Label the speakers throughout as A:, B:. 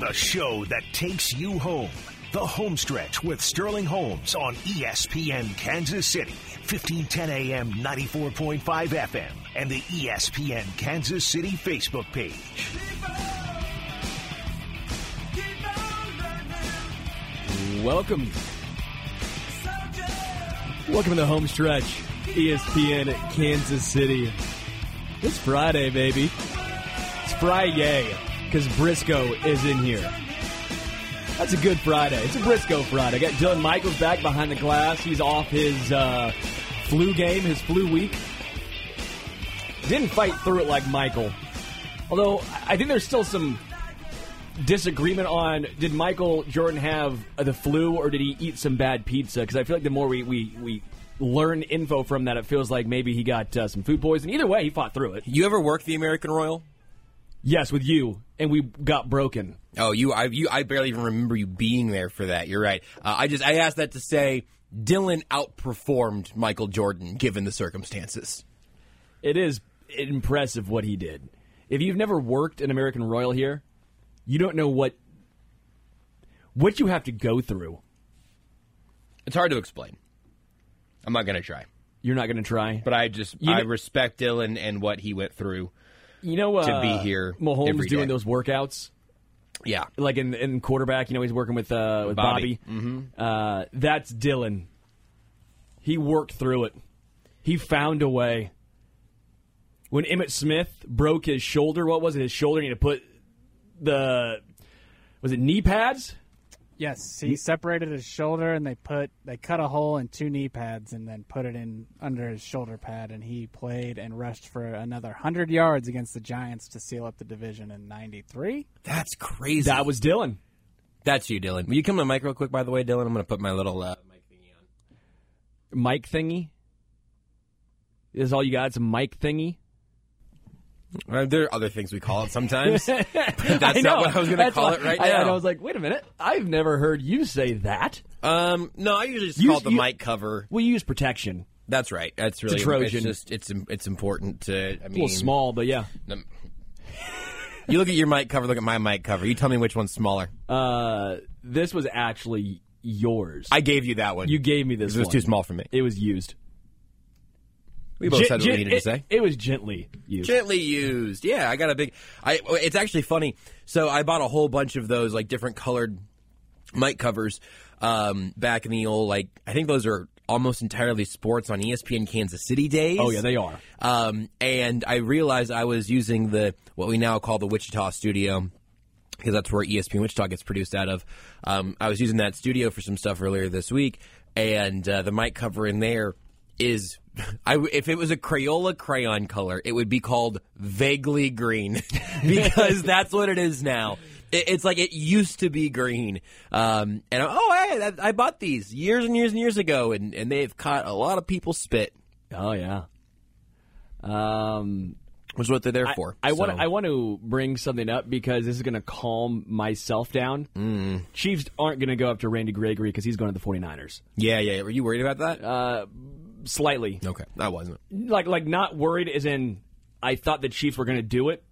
A: The show that takes you home. The Homestretch with Sterling Holmes on E ESPN Kansas City, 1510 AM, 94.5 FM, and the E ESPN Kansas City Facebook page.
B: Welcome. Welcome to the home stretch. E ESPN at Kansas City. It's Friday, baby. It's Friday because Briscoe is in here. That's a good Friday. It's a Briscoe Friday. Got Dylan Michaels back behind the glass. He's off his uh, flu game, his flu week. Didn't fight through it like Michael. Although I think there's still some disagreement on did Michael Jordan have uh, the flu or did he eat some bad pizza? Because I feel like the more we, we, we learn info from that, it feels like maybe he got uh, some food poison. Either way, he fought through it.
C: You ever work the American Royal?
B: Yes, with you, and we got broken.
C: Oh, you I you I barely even remember you being there for that. You're right. Uh, I just I asked that to say Dylan outperformed Michael Jordan given the circumstances.
B: It is impressive what he did. If you've never worked an American Royal here, you don't know what what you have to go through.
C: It's hard to explain. I'm not gonna try,
B: You're not going to try.
C: but I just
B: You-
C: I respect Dylan and what he went through.
B: you know, uh,
C: to be here
B: Mahomes
C: every
B: doing
C: day.
B: those workouts.
C: Yeah,
B: like in, in quarterback, you know, he's working with uh, with Bobby.
C: Bobby. Mm-hmm.
B: Uh, that's Dylan. He worked through it. He found a way. When Emmett Smith broke his shoulder, what was it? His shoulder, and he had to put the was it knee pads?
D: Yes, he separated his shoulder, and they put they cut a hole in two knee pads, and then put it in under his shoulder pad, and he played and rushed for another hundred yards against the Giants to seal up the division in '93.
C: that's crazy.
B: That was Dylan.
C: that's you, Dylan. Will you come to the mic real quick? By the way, Dylan, I'm gonna put my little uh, mic thingy on.
B: Mike thingy. Is all you got? It's a mic thingy.
C: Uh, there are other things we call it sometimes. but that's
B: I know.
C: not what I was gonna
B: That's
C: call
B: why-
C: it right
B: I-
C: now.
B: and I was like, wait a minute. I've never heard you say that.
C: um, no, I usually just
B: You-
C: call it the
B: you-
C: mic cover.
B: We use protection.
C: That's right. That's really
B: Trojan.
C: It's just it's im- it's important to. I
B: A
C: mean,
B: little small, but yeah.
C: um, you look at your mic cover. Look at my mic cover. You tell me which one's smaller.
B: Uh, this was actually yours.
C: I gave you that one.
B: you gave me this.
C: This was
B: one.
C: too small for me.
B: It was used.
C: We both
B: Gen-
C: said what
B: gen-
C: we needed
B: it,
C: to say.
B: It was gently used.
C: Gently used. Yeah, I got a big. I. It's actually funny. So I bought a whole bunch of those like different colored mic covers um, back in the old like. I think those are almost entirely sports on E ESPN Kansas City days.
B: oh yeah, they are.
C: Um, and I realized I was using the what we now call the Wichita studio because that's where E ESPN Wichita gets produced out of. Um, I was using that studio for some stuff earlier this week, and uh, the mic cover in there is. I, if it was a Crayola crayon color, it would be called vaguely green because that's what it is now. It, it's like it used to be green. Um, and I, oh, hey, I, I bought these years and years and years ago, and, and they've caught a lot of people spit,
B: Oh yeah. Um,
C: which is what they're there for.
B: I want
C: So-
B: I want to bring something up because this is going to calm myself down.
C: Mm.
B: Chiefs aren't going to go after Randy Gregory because he's going to the 49ers.
C: Yeah, yeah. Were you worried about that?
B: Slightly,
C: okay, I wasn't.
B: like like not worried as in I thought the Chiefs were going to do it,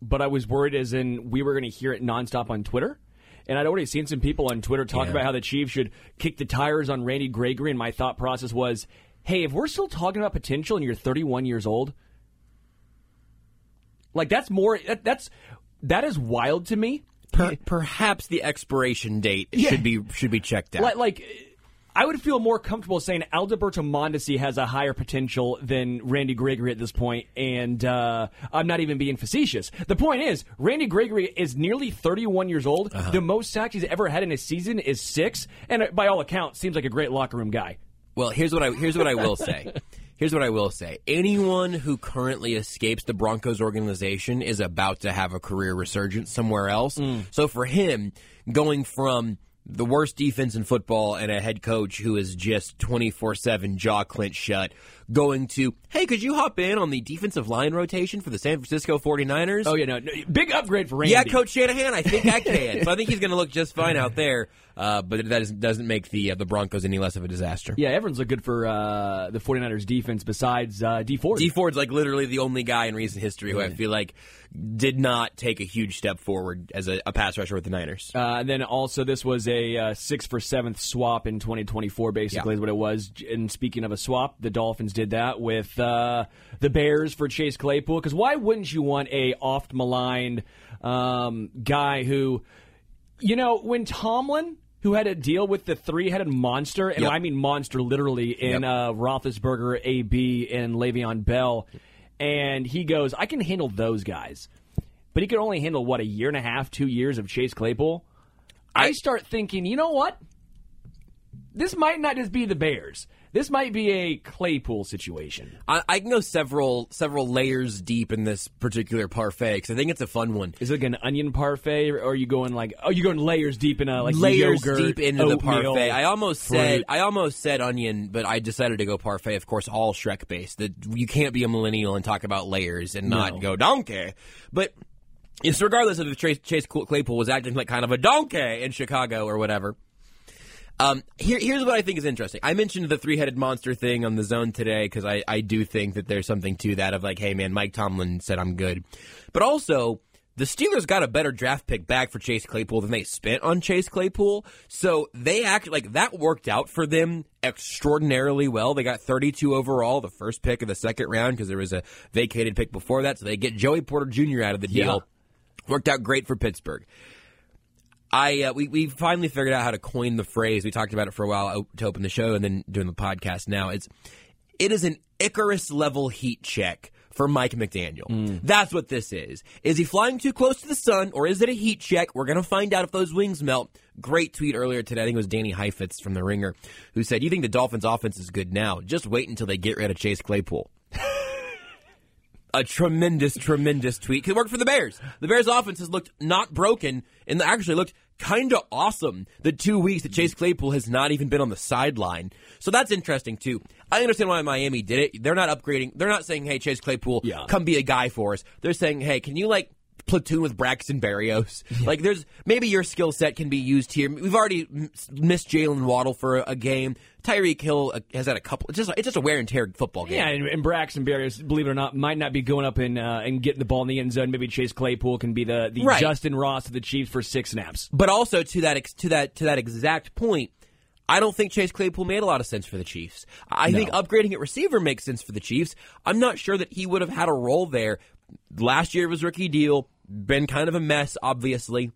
B: but I was worried as in we were going to hear it nonstop on Twitter. And I'd already seen some people on Twitter talk
C: Yeah.
B: about how the Chiefs should kick the tires on Randy Gregory. And my thought process was, hey, if we're still talking about potential and you're 31 years old, like that's more that, that's that is wild to me.
C: Per- perhaps the expiration date should be should be checked out.
B: Like, like I would feel more comfortable saying Alberto Mondesi has a higher potential than Randy Gregory at this point, and uh, I'm not even being facetious. The point is, Randy Gregory is nearly 31 years old. The most sacks he's ever had in a season is six, and uh, by all accounts, seems like a great locker room guy.
C: well, here's what I here's what I will say. Here's what I will say. Anyone who currently escapes the Broncos organization is about to have a career resurgence somewhere else. So for him, going from the worst defense in football and a head coach who is just 24-7 jaw clenched shut going to hey could you hop in on the defensive line rotation for the san francisco 49ers
B: Oh yeah, no, no, big upgrade for Randy.
C: yeah coach shanahan i think i can so i think he's going to look just fine out there uh, but that is, doesn't make the uh, the broncos any less of a disaster
B: Yeah, everyone's looked good for uh, the 49ers defense besides uh, D Ford.
C: D Ford's like literally the only guy in recent history who I feel like did not take a huge step forward as a, a pass rusher with the Niners.
B: Uh, and then also, this was a uh, six for seventh swap in 2024, basically,
C: Yeah.
B: is what it was. And speaking of a swap, the Dolphins did that with uh, the Bears for Chase Claypool. Because why wouldn't you want a oft maligned um, guy who, you know, when Tomlin. Who had to deal with the three-headed monster, and
C: Yep.
B: I mean monster literally in
C: Yep.
B: uh, Roethlisberger, AB, and Le'Veon Bell, and he goes, "I can handle those guys." but he could only handle what a year and a half, two years of Chase Claypool. I start thinking, you know what? This might not just be the Bears. This might be a Claypool situation.
C: I, I can go several several layers deep in this particular parfait because I think it's a fun one.
B: Is it like an onion parfait, or are you going like, oh, you're going layers deep in a like
C: layers
B: yogurt,
C: deep into the
B: oatmeal?
C: parfait. I almost said
B: fruit.
C: I almost said onion, but I decided to go parfait. Of course, all Shrek based. That you can't be a millennial and talk about layers and not
B: No.
C: go donkey. But it's regardless of if Chase, Chase Claypool was acting like kind of a donkey in Chicago or whatever. Um, here, here's what I think is interesting. I mentioned the three-headed monster thing on the zone today because I, I do think that there's something to that of like, hey man, Mike Tomlin said I'm good, but also the Steelers got a better draft pick back for Chase Claypool than they spent on Chase Claypool, so they act like that worked out for them extraordinarily well. They got 32 overall, the first pick of the second round because there was a vacated pick before that, so they get Joey Porter Jr. out of the deal. Worked out great for Pittsburgh. I uh, we we finally figured out how to coin the phrase. We talked about it for a while op- to open the show, and then doing the podcast now. It's it is an Icarus level heat check for Mike McDaniel. That's what this is. Is he flying too close to the sun, or is it a heat check? We're gonna find out if those wings melt. Great tweet earlier today. I think it was Danny Heifetz from the Ringer who said, "You think the Dolphins' offense is good now? Just wait until they get rid of Chase Claypool." a tremendous, tremendous tweet. Could work for the Bears. The Bears' offense has looked not broken and actually looked kind of awesome the two weeks that Chase Claypool has not even been on the sideline. So that's interesting, too. I understand why Miami did it. They're not upgrading. They're not saying, hey, Chase Claypool,
B: Yeah.
C: come be a guy for us. They're saying, hey, can you, like, platoon with Braxton Berrios? Like, there's maybe your skill set can be used here. We've already m- missed Jalen Waddle for a, a game. Tyreek Hill uh, has had a couple. It's just, it's just a wear and tear football game.
B: Yeah, and, and Braxton Berrios, believe it or not, might not be going up and uh, and getting the ball in the end zone. Maybe Chase Claypool can be the, the
C: Right.
B: Justin Ross of the Chiefs for six snaps.
C: But also to that ex- to that to that exact point, I don't think Chase Claypool made a lot of sense for the Chiefs. I think upgrading at receiver makes sense for the Chiefs. I'm not sure that he would have had a role there. Last year of his rookie deal, been kind of a mess, obviously.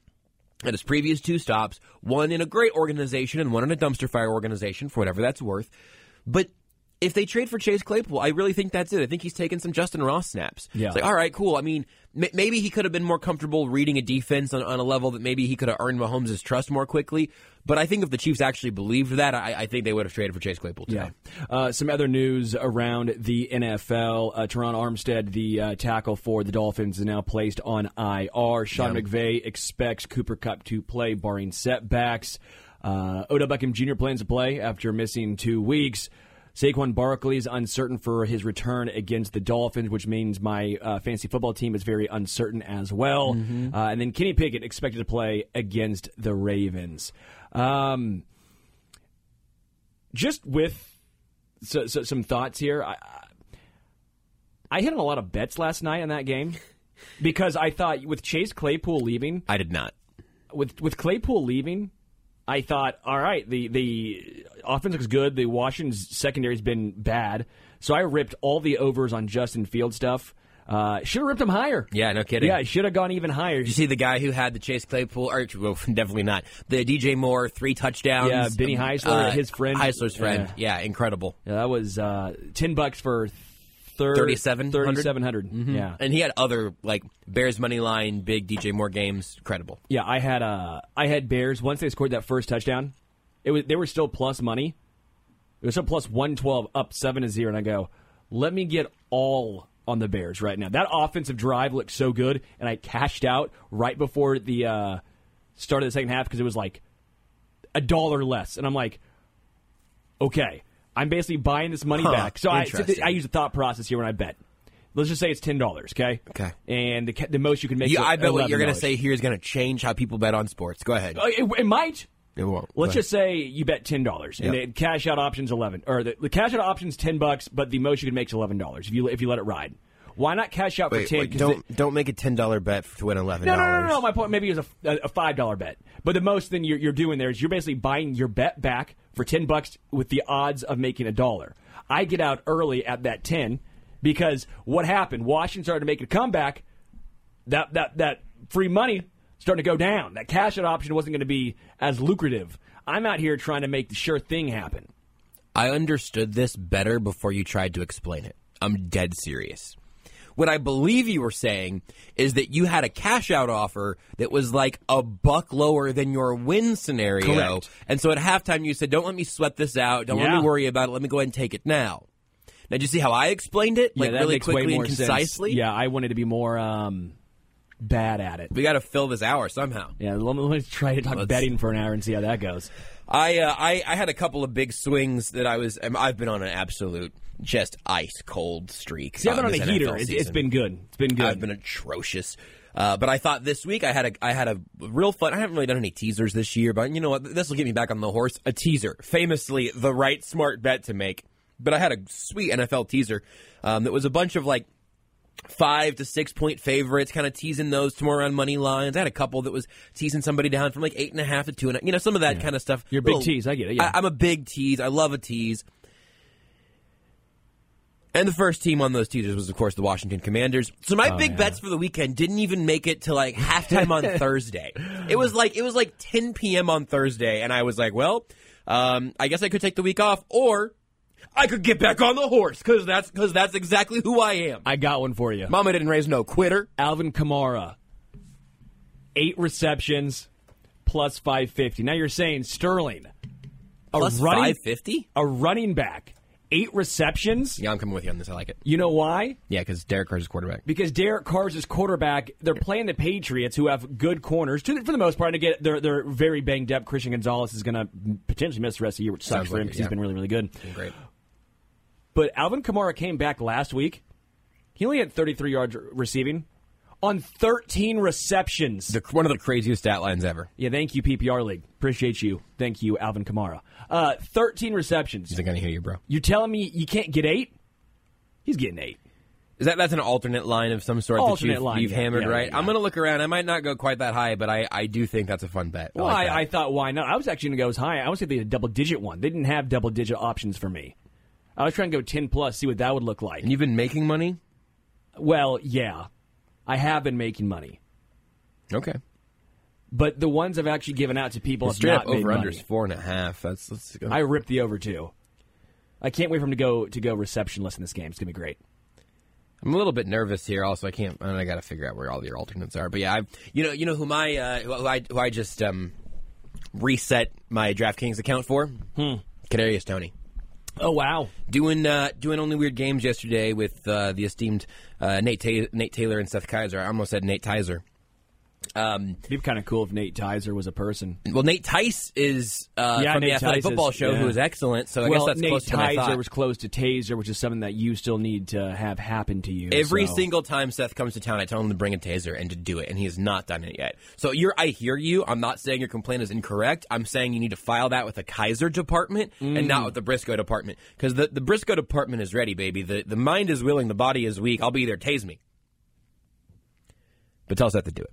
C: At his previous two stops, one in a great organization and one in a dumpster fire organization, for whatever that's worth. But if they trade for Chase Claypool, I really think that's it. I think he's taken some Justin Ross snaps.
B: Yeah.
C: It's like, all right, cool. I mean, m- maybe he could have been more comfortable reading a defense on, on a level that maybe he could have earned Mahomes' trust more quickly. But I think if the Chiefs actually believed that, I, I think they would have traded for Chase Claypool today.
B: Uh, some other news around the NFL. Uh, Teron Armstead, the uh, tackle for the Dolphins, is now placed on IR. Sean McVay expects Cooper Cup to play, barring setbacks. Uh, Odell Beckham Jr. plans to play after missing two weeks. Saquon Barkley is uncertain for his return against the Dolphins, which means my uh, fantasy football team is very uncertain as well. Uh, and then Kenny Pickett expected to play against the Ravens. Um, just with so, so, some thoughts here. I, I- I hit on a lot of bets last night in that game because I thought with Chase Claypool leaving,
C: I did not.
B: with with Claypool leaving, I thought, all right, the the offense looks good. The Washington's secondary's been bad, so I ripped all the overs on Justin Field stuff. Uh, should have ripped him higher.
C: Yeah, no kidding.
B: Yeah, I should have gone even higher.
C: Did you see the guy who had the Chase Claypool? Or well, definitely not the DJ Moore three touchdowns. Um, uh,
B: Yeah, Benny Heisler, his friend.
C: Heisler's friend. Yeah, incredible.
B: Yeah, that was uh, ten bucks for thir-
C: 3,700?
B: 3,700. Yeah,
C: And he had other like Bears money line, big DJ Moore games. Incredible.
B: Yeah, I had uh, I had Bears once they scored that first touchdown. It was they were still plus money. It was still plus one twelve, up seven to zero, and I go, let me get all on the Bears right now. That offensive drive looked so good, and I cashed out right before the uh, start of the second half because it was like a dollar less. And I'm like, okay, I'm basically buying this money
C: Huh,
B: back. So I, so th-
C: interesting.
B: I use a thought process here when I bet. Let's just say it's ten dollars, okay?
C: Okay.
B: And the, ca- the most you can make.
C: You,
B: is
C: I bet what you're going
B: $11.
C: to say here is going to change how people bet on sports. Go ahead.
B: Uh, It, it might.
C: It won't.
B: Let's
C: Go
B: just say you bet ten dollars, and
C: Yep.
B: the cash out options eleven, or the, the cash out options ten bucks, but the most you can make is eleven dollars if you if you let it ride. Why not cash out
C: Wait,
B: for ten?
C: wait,
B: 'Cause
C: don't don't make a ten dollar bet to win eleven
B: the- no,
C: dollars.
B: no, no, no, no. My point maybe is a, a five dollar bet, but the most thing you're, you're doing there is you're basically buying your bet back for ten bucks with the odds of making a dollar. I get out early at that ten because what happened? Washington started making a comeback. that that that free money starting to go down. That cash out option wasn't going to be as lucrative. I'm out here trying to make the sure thing happen.
C: I understood this better before you tried to explain it. I'm dead serious. What I believe you were saying is that you had a cash out offer that was like a buck lower than your win scenario.
B: Correct.
C: And so at halftime you said, Don't let me sweat this out, don't let
B: Yeah.
C: me worry about it, let me go ahead and take it now. Now did you see how I explained it?
B: yeah,
C: Like
B: that
C: really
B: makes way
C: quickly
B: more
C: and
B: sense.
C: concisely?
B: Yeah, I wanted to be more um, bad at it.
C: We gotta fill this hour somehow.
B: Yeah, let me, let's try to talk betting for an hour and see how that goes.
C: I, uh, I I had a couple of big swings that I was. um, I've been on an absolute just ice cold streak.
B: See, I've been
C: uh,
B: on a
C: this
B: heater.
C: NFL
B: It's, it's
C: season.
B: been good. It's been good.
C: I've been atrocious. Uh, but I thought this week I had a I had a real fun. I haven't really done any teasers this year, but you know what? This will get me back on the horse. A teaser, famously the right smart bet to make. But I had a sweet NFL teaser um, that was a bunch of like five to six point favorites, kind of teasing those tomorrow on money lines. I had a couple that was teasing somebody down from like eight and a half to two and a, you know some of that kind of stuff.
B: You're a big
C: Little-
B: tease. I get it, yeah.
C: I, I'm a big tease. I love a tease. And the first team on those teasers was, of course, the Washington Commanders. So
B: Oh,
C: my big bets for the weekend didn't even make it to like halftime on Thursday. It was like it was like 10 p.m. on Thursday, and I was like, well, um, I guess I could take the week off, or I could get back on the horse because that's because that's exactly who I am.
B: I got one for you.
C: Mama didn't raise no quitter.
B: Alvin Kamara, eight receptions, plus five fifty. Now you're saying Sterling, a
C: Plus
B: running
C: 550.
B: a running back, eight receptions.
C: Yeah, I'm coming with you on this. I like it.
B: You know why?
C: Yeah, because Derek Carr's quarterback.
B: Because Derek Carr's is quarterback. They're playing the Patriots, who have good corners to the, for the most part. To get they're they're very banged up. Christian Gonzalez is going to potentially miss the rest of the year, which sucks
C: Sounds
B: for him
C: like it,
B: because
C: yeah.
B: he's been really really good.
C: Great.
B: But Alvin Kamara came back last week. He only had 33 yards r- receiving on 13 receptions.
C: The, one of the craziest stat lines ever.
B: yeah, thank you PPR league. Appreciate you. Thank you Alvin Kamara. Uh, 13 receptions.
C: He's gonna hear you, bro.
B: You're telling me you can't get eight? He's getting eight.
C: Is that that's an alternate line of some sort
B: Alternate
C: that you've,
B: line,
C: you've
B: yeah,
C: hammered,
B: yeah,
C: right?
B: yeah.
C: I'm gonna look around. I might not go quite that high, but I, I do think that's a fun bet.
B: Well,
C: like
B: I, I
C: that.
B: thought, why not? I was actually going to go as high. I was going to a double digit one. They didn't have double digit options for me. I was trying to go 10 plus, see what that would look like.
C: and you've been making money.
B: Well, yeah, I have been making money.
C: Okay,
B: But the ones I've actually given out to people have
C: straight
B: not
C: up
B: made
C: over
B: money.
C: unders four and a half. That's let's go.
B: I ripped the over two. I can't wait for him to go to go receptionless in this game. It's gonna be great.
C: I'm a little bit nervous here. Also, I can't. I, got to figure out where all your alternates are. But yeah, I, you know, you know who my uh, who I who I just um, reset my DraftKings account for? Hmm. Kadarius Tony.
B: Oh wow!
C: Doing uh, doing only weird games yesterday with uh, the esteemed uh, Nate Ta- Nate Taylor and Seth Kaiser. I almost said Nate Tizer. Um,
B: It'd be kind of cool if Nate Tizer was a person.
C: well, Nate Tice is uh,
B: Yeah,
C: from the
B: Nate
C: Athletic
B: Tice is-
C: Football Show,
B: yeah.
C: who is excellent. So I guess
B: well,
C: that's
B: Nate
C: closer than I
B: Tizer
C: thought.
B: was close to Taser, which is something that you still need to have happen to you.
C: Every
B: so.
C: single time Seth comes to town, I tell him to bring a taser and to do it, and he has not done it yet. So you're, I hear you. I'm not saying your complaint is incorrect. I'm saying you need to file that with the Kaiser department and
B: Mm.
C: not with the Briscoe department because the, the Briscoe department is ready, baby. The the mind is willing, the body is weak. I'll be there. Tase me, but tell Seth to do it.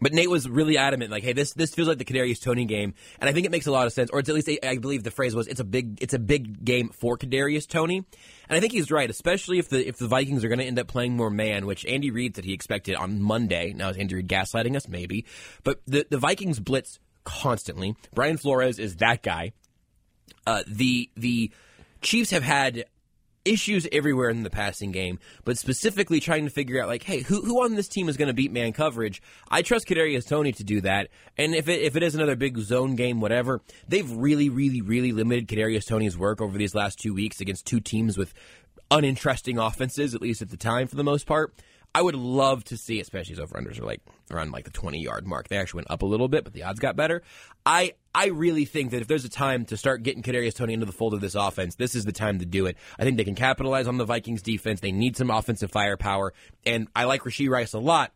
C: But Nate was really adamant, like, "Hey, this this feels like the Kadarius Tony game," and I think it makes a lot of sense, or it's at least I I believe the phrase was, "It's a big it's a big game for Kadarius Tony," and I think he's right, especially if the if the Vikings are going to end up playing more man, which Andy Reid said he expected on Monday. Now is Andy Reid gaslighting us? Maybe, but the the Vikings blitz constantly. Brian Flores is that guy. Uh, the the Chiefs have had issues everywhere in the passing game, but specifically trying to figure out like, hey, who who on this team is going to beat man coverage? I trust Kadarius Tony to do that, and if it if it is another big zone game, whatever, they've really, really, really limited Kadarius Tony's work over these last two weeks against two teams with uninteresting offenses, at least at the time for the most part. I would love to see, especially as over unders are like around like the twenty yard mark. They actually went up a little bit, but the odds got better. I I really think that if there's a time to start getting Kadarius Tony into the fold of this offense, this is the time to do it. I think they can capitalize on the Vikings defense. They need some offensive firepower, and I like Rasheed Rice a lot.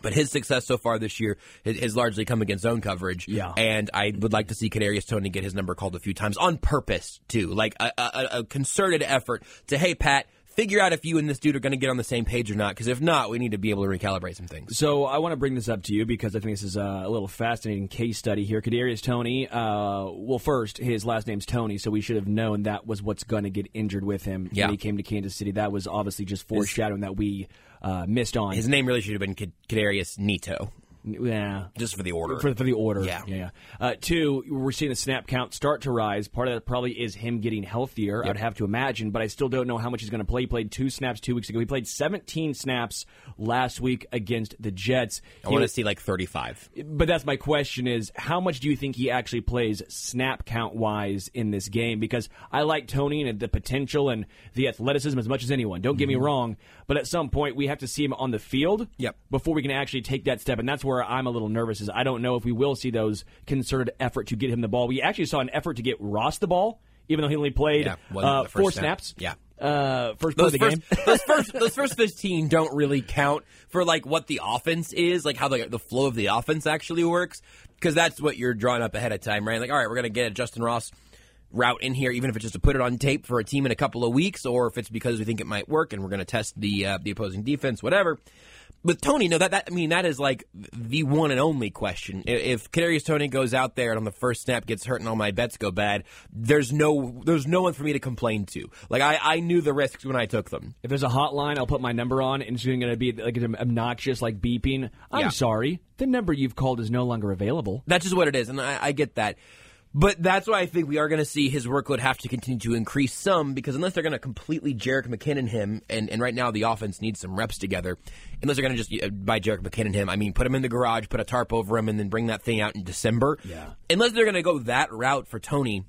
C: But his success so far this year has, has largely come against zone coverage.
B: Yeah.
C: And I would like to see Kadarius Tony get his number called a few times on purpose too, like a, a, a concerted effort to, hey Pat, figure out if you and this dude are going to get on the same page or not. Because if not, we need to be able to recalibrate some things.
B: So I want to bring this up to you because I think this is uh, a little fascinating case study here. Kadarius Tony. Uh, well, first his last name's Tony, so we should have known that was what's going to get injured with him
C: Yeah.
B: when he came to Kansas City. That was obviously just foreshadowing that we uh, missed on.
C: His name really should have been Kad- Kadarius Nito,
B: yeah.
C: just for the order.
B: For, for the order,
C: Yeah.
B: yeah. Uh, two, we're seeing the snap count start to rise. Part of that probably is him getting healthier. I'd have to imagine, but I still don't know how much he's going to play. He played two snaps two weeks ago. He played 17 snaps last week against the Jets.
C: I
B: He
C: want to see like 35.
B: but that's my question is how much do you think he actually plays snap count wise in this game because i like tony and the potential and the athleticism as much as anyone don't get me wrong but at some point we have to see him on the field
C: Mm-hmm. Yep.
B: before we can actually take that step and that's where i'm a little nervous is i don't know if we will see those concerted effort to get him the ball we actually saw an effort to get ross the ball even though he only played
C: Yeah, wasn't
B: uh,
C: the first
B: four
C: snap.
B: snaps
C: Yeah.
B: uh, first play of
C: Those
B: the
C: first,
B: game
C: those first, those first fifteen don't really count for like what the offense is, like how the, the flow of the offense actually works, because that's what you're drawing up ahead of time, right? Like, all right, we're gonna get a Justin Ross route in here, even if it's just to put it on tape for a team in a couple of weeks, or if it's because we think it might work and we're gonna test the uh, the opposing defense, whatever. With Tony, no, that, that I mean that is like the one and only question. I- If Kadarius Tony goes out there and on the first snap gets hurt and all my bets go bad, there's no there's no one for me to complain to. Like I, I knew the risks when I took them.
B: If there's a hotline, I'll put my number on, and it's going to be like an obnoxious, like beeping. I'm
C: Yeah.
B: sorry, the number you've called is no longer available.
C: That's just what it is, and I, I get that. But that's why I think we are going to see his workload have to continue to increase some because unless they're going to completely Jarek McKinnon him, and, and right now the offense needs some reps together, unless they're going to just, by Jarek McKinnon him, I mean put him in the garage, put a tarp over him, and then bring that thing out in December.
B: Yeah.
C: Unless they're going to go that route for Tony,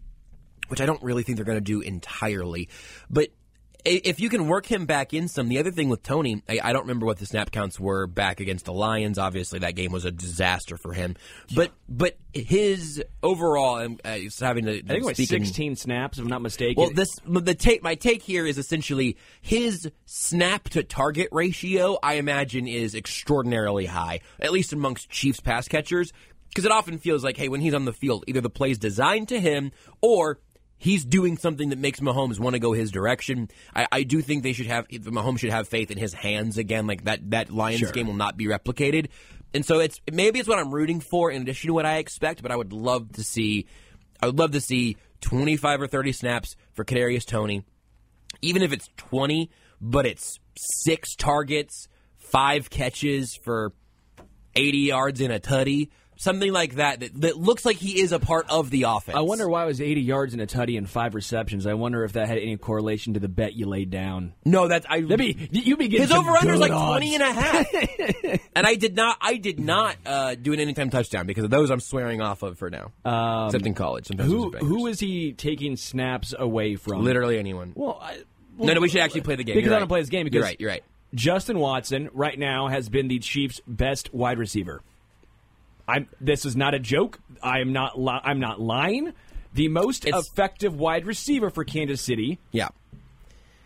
C: which I don't really think they're going to do entirely. But i- if you can work him back in some, the other thing with Tony, I, I don't remember what the snap counts were back against the Lions. Obviously, that game was a disaster for him. But but his overall, I'm uh, it's having to
B: I think it was
C: speak in-
B: 16 snaps, if I'm not mistaken.
C: well, this the take. My take here is essentially his snap to target ratio. I imagine is extraordinarily high, at least amongst Chiefs pass catchers, because it often feels like, hey, when he's on the field, either the play's designed to him or he's doing something that makes Mahomes want to go his direction. I, I do think they should have Mahomes should have faith in his hands again. Like that that Lions game will not be replicated, and so it's maybe it's what I'm rooting for in addition to what I expect. But I would love to see. I would love to see 25 or 30 snaps for Kadarius Tony, even if it's 20, but it's six targets, five catches for 80 yards in a tutty, something like that. That, that looks like he is a part of the offense.
B: I wonder why it was 80 yards in a tutty and five receptions. I wonder if that had any correlation to the bet you laid down.
C: No, that's I.
B: That'd be you'd be getting
C: his over under is like
B: twenty
C: 20 and a half. and I did not. I did not uh, do an anytime touchdown because of those I'm swearing off of for now. Except in college, sometimes
B: Um, Who
C: those are
B: who
C: bangers.
B: is he taking snaps away from?
C: literally anyone.
B: Well, I,
C: no, no, we should actually play the game
B: because
C: You're
B: I don't
C: right.
B: play this game. Because
C: you're right. You're right.
B: Justin Watson right now has been the Chiefs' best wide receiver. I'm. This is not a joke. I am not. Li- I'm not lying. The most
C: It's-
B: effective wide receiver for Kansas City,
C: Yeah.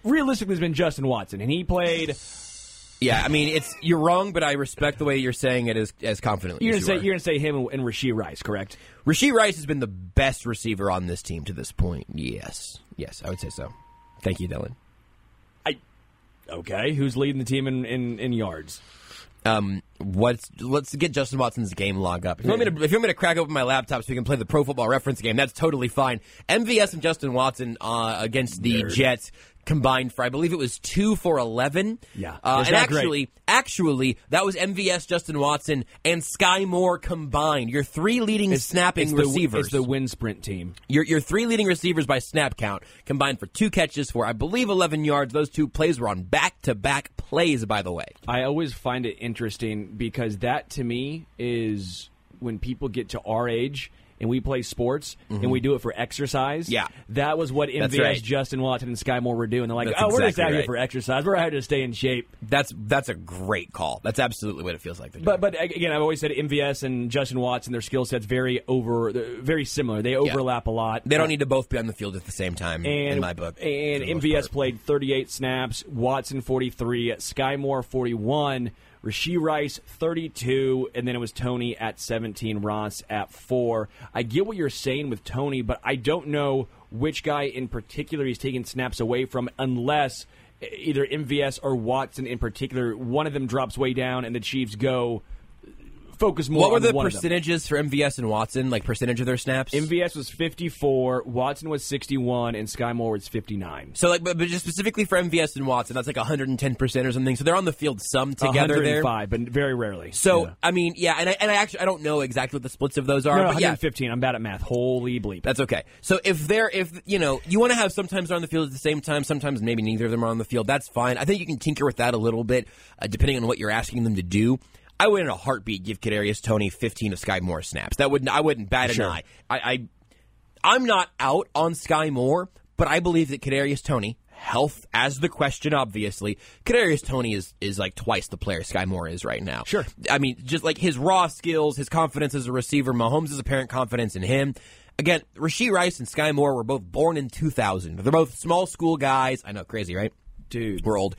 B: realistically, has been Justin Watson, and he played.
C: Yeah, I mean, it's you're wrong, but I respect the way you're saying it as as confidently.
B: You're gonna
C: as
B: say
C: you are.
B: you're gonna say him and, and Rasheed Rice, correct?
C: Rasheed Rice has been the best receiver on this team to this point. Yes, yes, I would say so. Thank you, Dylan.
B: I. Okay, who's leading the team in, in, in yards?
C: Um, what's let's get Justin Watson's game log up. If you, want me to, if you want me to crack open my laptop so we can play the Pro Football Reference game, that's totally fine. MVS and Justin Watson uh, against the Jets combined for I believe it was two for eleven.
B: Yeah.
C: uh,
B: It's
C: and
B: not great.
C: actually, actually, that was MVS, Justin Watson, and Sky Moore combined. Your three leading snapping
B: it's The,
C: receivers.
B: it's the win sprint team.
C: Your, your three leading receivers by snap count combined for two catches for, I believe, 11 yards. Those two plays were on back to back plays, by the way.
B: I always find it interesting because that to me is when people get to our age and we play sports and we do it for exercise.
C: Mm-hmm. Yeah.
B: that was what
C: That's
B: MVS,
C: right.
B: Justin Watson, and Sky Moore were doing. They're like,
C: That's
B: oh, we're just
C: exactly
B: out here
C: right.
B: for exercise. We're out here to stay in shape.
C: That's that's a great call. That's absolutely what it feels like. they're
B: But
C: doing.
B: but again, I've always said MVS and Justin Watson, their skill sets very over, they're very similar. They overlap a lot.
C: they don't need to both be on the field at the same time
B: and,
C: in my book. for
B: And
C: the most
B: MVS
C: part.
B: played 38 snaps, Watson 43, Skymore 41, Rasheed Rice 32, and then it was Tony at 17, Ross at 4. I get what you're saying with Tony, but I don't know which guy in particular he's taking snaps away from unless either MVS or Watson in particular, one of them drops way down and the Chiefs go focus more
C: What were
B: on
C: the
B: one of them.
C: percentages for MVS and Watson? Like percentage of their snaps?
B: MVS was 54, Watson was 61, and Skymore was 59.
C: so like, but, but just specifically for MVS and Watson, that's like 110 percent or something. So they're on the field some together there.
B: 105, but very rarely.
C: So I mean, yeah, and I and I actually I don't know exactly what the splits of those are,
B: No,
C: but yeah,
B: 115. I'm bad at math. Holy bleep.
C: That's okay. So if they're if you know you want to have sometimes they're on the field at the same time, sometimes maybe neither of them are on the field. That's fine. I think you can tinker with that a little bit uh, depending on what you're asking them to do. I would in a heartbeat give Kadarius Tony 15 of Sky Moore snaps. That would I wouldn't bat
B: Sure.
C: an eye. I, I I'm not out on Sky Moore, but I believe that Kadarius Tony health as the question obviously Kadarius Tony is is like twice the player Sky Moore is right now.
B: Sure.
C: I mean, just like his raw skills, his confidence as a receiver, Mahomes' apparent confidence in him. Again, Rasheed Rice and Sky Moore were both born in 2000. They're both small school guys. I know, crazy, right? Dude. We're old.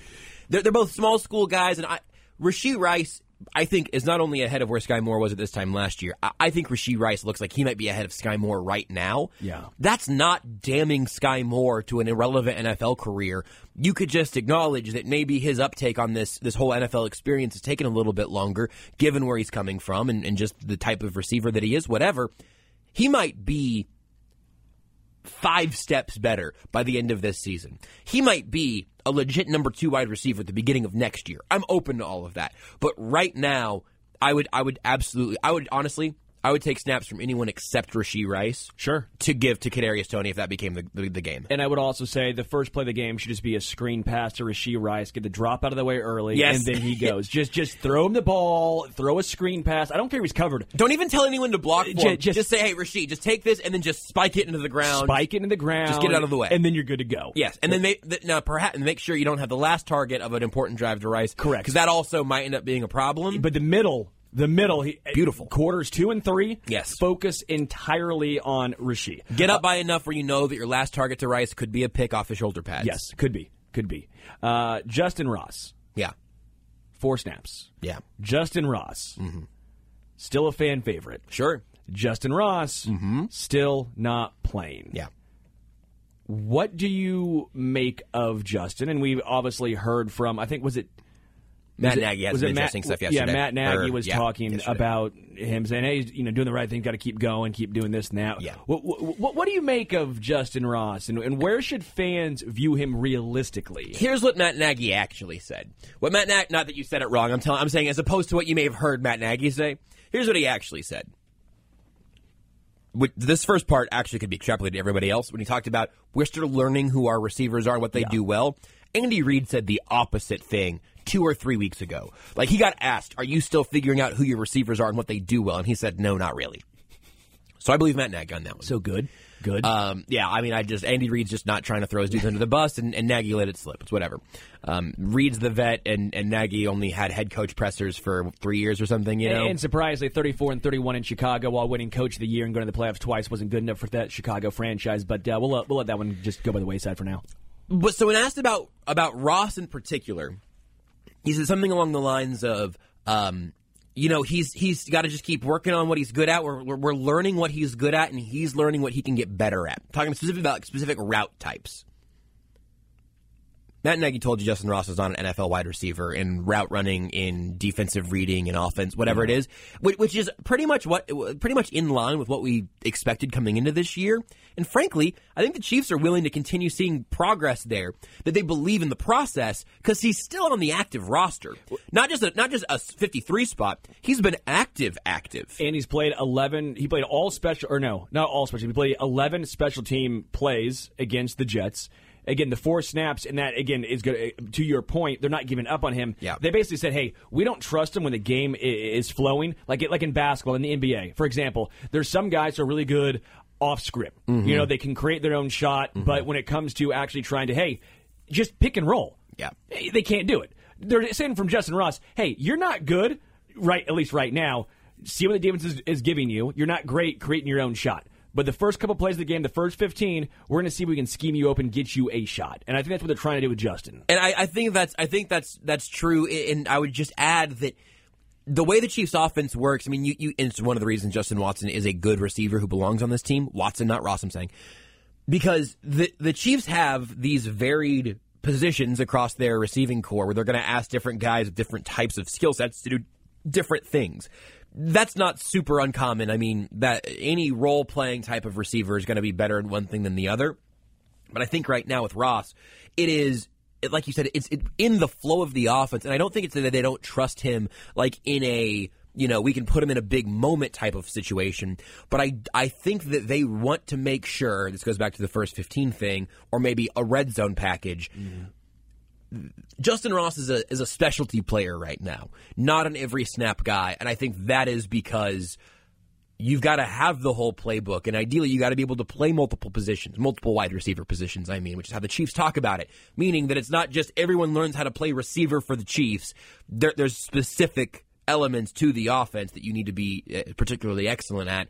C: They're, they're both small school guys, and I, Rasheed Rice, I think, is not only ahead of where Sky Moore was at this time last year. I, I think Rasheed Rice looks like he might be ahead of Sky Moore right now.
B: Yeah.
C: That's not damning Sky Moore to an irrelevant NFL career. You could just acknowledge that maybe his uptake on this this whole NFL experience has taken a little bit longer, given where he's coming from and, and just the type of receiver that he is, whatever. He might be five steps better by the end of this season. He might be a legit number two wide receiver at the beginning of next year. I'm open to all of that. But right now, I would I would absolutely I would honestly I would take snaps from anyone except Rasheed Rice
B: Sure.
C: to give to Kadarius Tony if that became the, the, the game.
B: And I would also say the first play of the game should just be a screen pass to Rasheed Rice, get the drop out of the way early,
C: Yes.
B: and then he goes. just just throw him the ball, throw a screen pass. I don't care if he's covered.
C: Don't even tell anyone to block for
B: Ju-
C: him.
B: just-
C: Just, say, hey, Rasheed, just take this and then just spike it into the ground.
B: Spike it in the ground.
C: Just get it out of the way.
B: And then you're good to go.
C: Yes, and then make, th- now perhaps and make sure you don't have the last target of an important drive to Rice.
B: Correct.
C: because that also might end up being a problem.
B: But the middle, the middle, he,
C: Beautiful.
B: Quarters two and three.
C: Yes.
B: Focus entirely on Rasheed.
C: Get up by enough where you know that your last target to Rice could be a pick off his shoulder pads.
B: Yes. Could be. Could be. Uh, Justin Ross,
C: Yeah.
B: four snaps.
C: Yeah.
B: Justin Ross,
C: Mm-hmm.
B: still a fan favorite.
C: Sure.
B: Justin Ross, still not playing.
C: Mm-hmm. Yeah.
B: What do you make of Justin? And we've obviously heard from, I think, was it
C: Matt
B: was it-
C: Nagy had
B: was
C: some
B: it Matt-
C: interesting stuff yesterday.
B: Yeah, Matt Nagy
C: Or-
B: was
C: yeah,
B: talking
C: yesterday.
B: about him saying, "Hey, he's, you know, doing the right thing. Got to keep going, keep doing this and that."
C: Yeah.
B: What, what, what, what do you make of Justin Ross, and, and where should fans view him realistically?
C: Here's what Matt Nagy actually said. What Matt Nagy, not that you said it wrong, I'm telling, I'm saying as opposed to what you may have heard Matt Nagy say. Here's what he actually said. Which- This first part actually could be extrapolated to everybody else when he talked about we're still learning who our receivers are and what they do well. Andy Reid said the opposite thing two or three weeks ago. Like he got asked, "Are you still figuring out who your receivers are and what they do well?" And he said, "No, not really." So I believe Matt Nagy on that one.
B: So good, good.
C: Um, yeah, I mean, I just Andy Reid's just not trying to throw his dudes under the bus, and, and Nagy let it slip. It's whatever. Um, Reid's the vet, and, and Nagy only had head coach pressers for three years or something. You know,
B: And surprisingly, 34 and 31 in Chicago while winning Coach of the Year and going to the playoffs twice wasn't good enough for that Chicago franchise. But uh, we'll, let, we'll let that one just go by the wayside for now.
C: but so when asked about about Ross in particular, he said something along the lines of, um, you know, he's he's got to just keep working on what he's good at. We're, we're we're learning what he's good at, and he's learning what he can get better at. Talking specifically about like, specific route types. Matt Nagy told you Justin Ross is not an NFL wide receiver in route running, in defensive reading, in offense, whatever it is, which, which is pretty much what, pretty much in line with what we expected coming into this year. And frankly, I think the Chiefs are willing to continue seeing progress there, that they believe in the process because he's still on the active roster, not just a, not just a 53 spot. He's been active, active.
B: And he's played 11. He played all special, or no, not all special. He played 11 special team plays against the Jets. Again, the four snaps, and that again is good. To your point, they're not giving up on him.
C: Yeah.
B: They basically said, "Hey, we don't trust him when the game i- is flowing." Like it, like in basketball in the NBA, for example, there's some guys who are really good off script. You know, they can create their own shot, but when it comes to actually trying to, hey, just pick and roll.
C: Yeah.
B: Hey, They can't do it. They're saying from Justin Ross, hey, you're not good, right? At least right now. See what the defense is, is giving you. You're not great creating your own shot. But the first couple plays of the game, the first 15, we're going to see if we can scheme you open, get you a shot. And I think that's what they're trying to do with Justin.
C: And I, I think that's I think that's that's true. a- And I would just add that the way the Chiefs' offense works. I mean, you, you and it's one of the reasons Justin Watson is a good receiver who belongs on this team. Watson, not Ross. I'm saying because the the Chiefs have these varied positions across their receiving core where they're going to ask different guys with different types of skill sets to do different things. That's not super uncommon. I mean, that any role playing type of receiver is going to be better in one thing than the other. But I think right now with Ross, it is it, like you said, it's it, in the flow of the offense, and I don't think it's that they don't trust him, like in a you know we can put him in a big moment type of situation. But I I think that they want to make sure this goes back to the first fifteen thing, or maybe a red zone package. Justin Ross is a is a specialty player right now, not an every snap guy, and I think that is because you've got to have the whole playbook, and ideally, you got to be able to play multiple positions, multiple wide receiver positions. I mean, which is how the Chiefs talk about it, meaning that it's not just everyone learns how to play receiver for the Chiefs. There, there's specific elements to the offense that you need to be uh, particularly excellent at.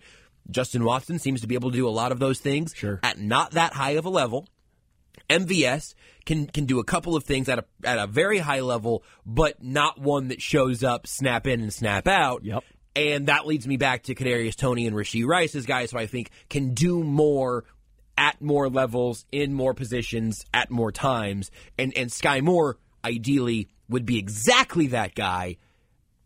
C: Justin Watson seems to be able to do a lot of those things at not that high of a level. MVS can can do a couple of things at a at a very high level, but not one that shows up snap in and snap out.
B: Yep.
C: And that leads me back to Kadarius Tony and Rasheed Rice as guys who I think can do more at more levels, in more positions, at more times. And and Sky Moore ideally would be exactly that guy.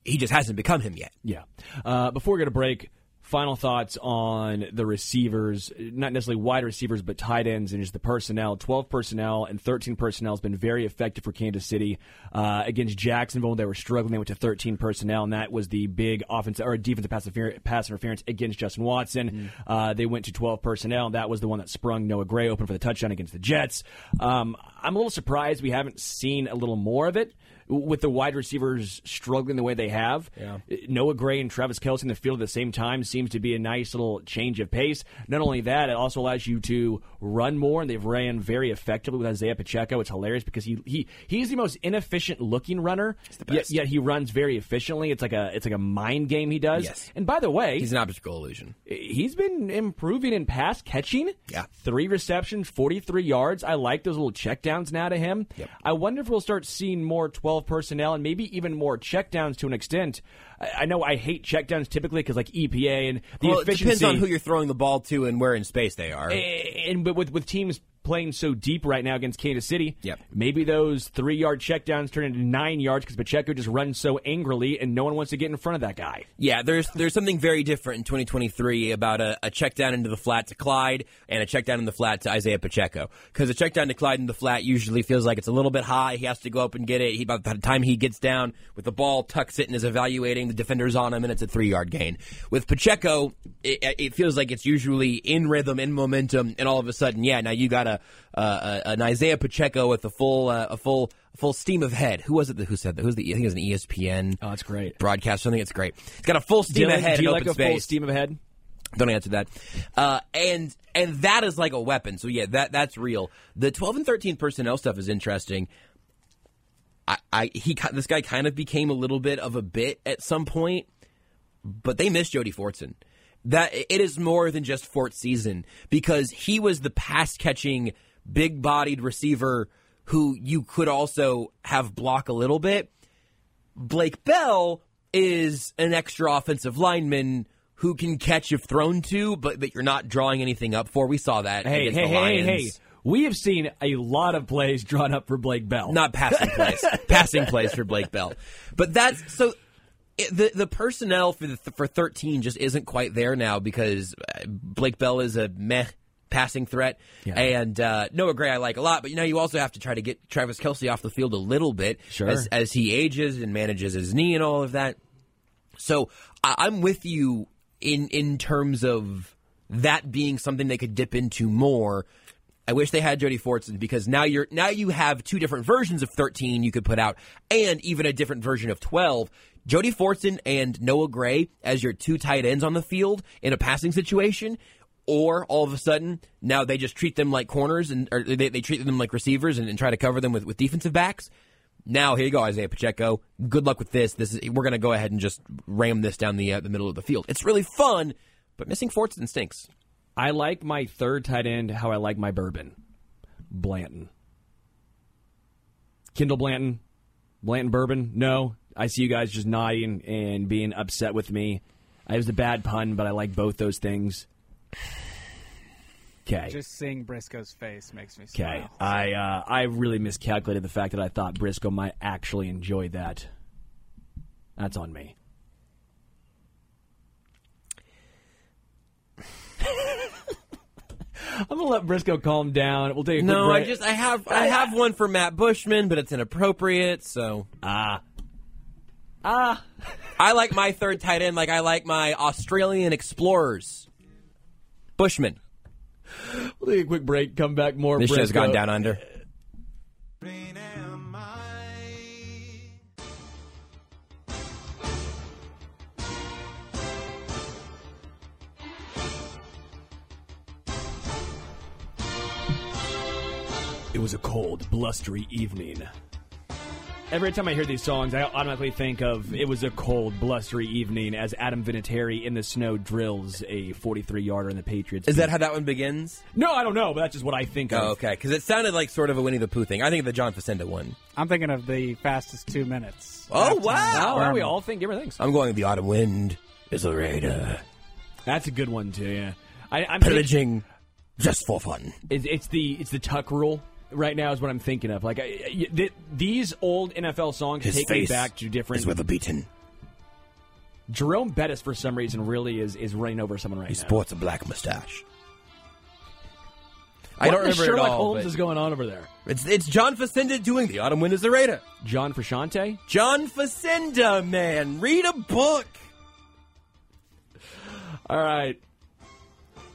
C: He just hasn't become him yet.
B: Yeah. Uh, before we go to break, final thoughts on the receivers, not necessarily wide receivers, but tight ends and just the personnel. 12 personnel and 13 personnel has been very effective for Kansas City. Uh, against Jacksonville, they were struggling. They went to 13 personnel, and that was the big offensive or defensive pass, interfer- pass interference against Justin Watson. Uh, they went to 12 personnel. That was the one that sprung Noah Gray open for the touchdown against the Jets. Um, I'm a little surprised we haven't seen a little more of it with the wide receivers struggling the way they have. Noah Gray and Travis Kelsey in the field at the same time seems to be a nice little change of pace. Not only that, it also allows you to run more, and they've ran very effectively with Isaiah Pacheco. It's hilarious because he he he's the most inefficient looking runner, yet, yet he runs very efficiently. It's like a it's like a mind game he does.
C: Yes.
B: And by the way,
C: He's an optical illusion.
B: he's been improving in pass catching.
C: Yeah.
B: Three receptions, 43 yards. I like those little checkdowns now to him. I wonder if we'll start seeing more 12 personnel and maybe even more checkdowns to an extent. I, I know I hate checkdowns typically because like EPA and the
C: Well, it
B: efficiency
C: depends on who you're throwing the ball to and where in space they are.
B: and but with with teams playing so deep right now against Kansas City,
C: Yep.
B: maybe those three yard checkdowns turn into nine yards because Pacheco just runs so angrily and no one wants to get in front of that guy.
C: Yeah, there's there's something very different in 2023 about a, a check down into the flat to Clyde and a check down in the flat to Isaiah Pacheco. Because a check down to Clyde in the flat usually feels like it's a little bit high. He has to go up and get it. He, by the time he gets down with the ball, tucks it and is evaluating the defenders on him, and it's a three yard gain. With Pacheco, it, it feels like it's usually in rhythm, in momentum, and all of a sudden, yeah, now you got a, uh, a an Isaiah Pacheco with a full uh, a full full steam of head. Who was it? That, who said that? Who's the? I think it was an E ESPN
B: Oh, that's great.
C: broadcast. I think it's great. It's got a full steam
B: do you,
C: ahead
B: do you
C: in
B: like
C: open
B: a full
C: space.
B: steam ahead?
C: Don't answer that. Uh, and and that is like a weapon. So yeah, that that's real. The twelve and thirteen personnel stuff is interesting. I, I he ki- this guy kind of became a little bit of a bit at some point, but they missed Jody Fortson. That it is more than just Fort season because he was the pass catching big bodied receiver who you could also have block a little bit. Blake Bell is an extra offensive lineman who can catch if thrown to, but that you're not drawing anything up for. We saw that
B: Hey,
C: against
B: hey,
C: the
B: hey,
C: Lions.
B: hey, hey. We have seen a lot of plays drawn up for Blake Bell.
C: Not passing plays, passing plays for Blake Bell. But that's so. It, the the personnel for the, for 13 just isn't quite there now because uh, Blake Bell is a meh passing threat, and uh, Noah Gray I like a lot. But you know you also have to try to get Travis Kelsey off the field a little bit
B: Sure.
C: as as he ages and manages his knee and all of that. So I, I'm with you in in terms of that being something they could dip into more. I wish they had Jody Fortson because now you're now you have two different versions of 13 you could put out, and even a different version of 12. Jody Fortson and Noah Gray as your two tight ends on the field in a passing situation, or all of a sudden now they just treat them like corners and or they, they treat them like receivers and, and try to cover them with, with defensive backs. Now here you go, Isaiah Pacheco. Good luck with this. This is we're going to go ahead and just ram this down the uh, the middle of the field. It's really fun, but missing Fortson stinks.
B: I like my third tight end how I like my bourbon. Blanton. Kendall Blanton. Blanton bourbon. No. I see you guys just nodding and being upset with me. It was a bad pun, but I like both those things. Okay.
D: Just seeing Briscoe's face makes me
B: Okay,
D: smile.
B: I uh, I really miscalculated the fact that I thought Briscoe might actually enjoy that. That's on me. I'm gonna let Briscoe calm down. We'll take a quick
C: No, I
B: break.
C: just I have I have one for Matt Bushman, but it's inappropriate. So ah ah, I like my third tight end like I like my Australian explorers. Bushman.
B: we'll take a quick break. Come back more.
C: This show's
B: Briscoe.
C: gone down under.
B: It was a cold, blustery evening. Every time I hear these songs, I automatically think of "It was a cold, blustery evening" as Adam Vinatieri in the snow drills a 43-yarder in the Patriots.
C: Is that how that one begins?
B: No, I don't know, but that's just what I think of.
C: Oh, okay, because it sounded like sort of a Winnie the Pooh thing. I think of the John Facenda one.
D: I'm thinking of the fastest two minutes.
C: Oh
D: Halftime.
C: wow!
B: Oh, well, we all think different things.
C: I'm going with the autumn wind is a uh, raider
B: That's a good one too. Yeah, I, I'm thinking,
C: pillaging just for fun.
B: it's, it's the it's the tuck rule right now is what I'm thinking of. Like I, I- th- these old NFL songs
C: His
B: take me
C: face
B: back to different.
C: is weather beaten.
B: Jerome Bettis for some reason really is is running over someone right
C: He
B: now.
C: sports a black mustache. I
B: What
C: don't
B: in the
C: remember
B: Sherlock
C: it all.
B: Holmes
C: but-
B: is going on over there.
C: It's it's John Facenda doing the Autumn Wind is the Raider.
B: John Frusciante.
C: John Facenda, man, read a book.
B: All right,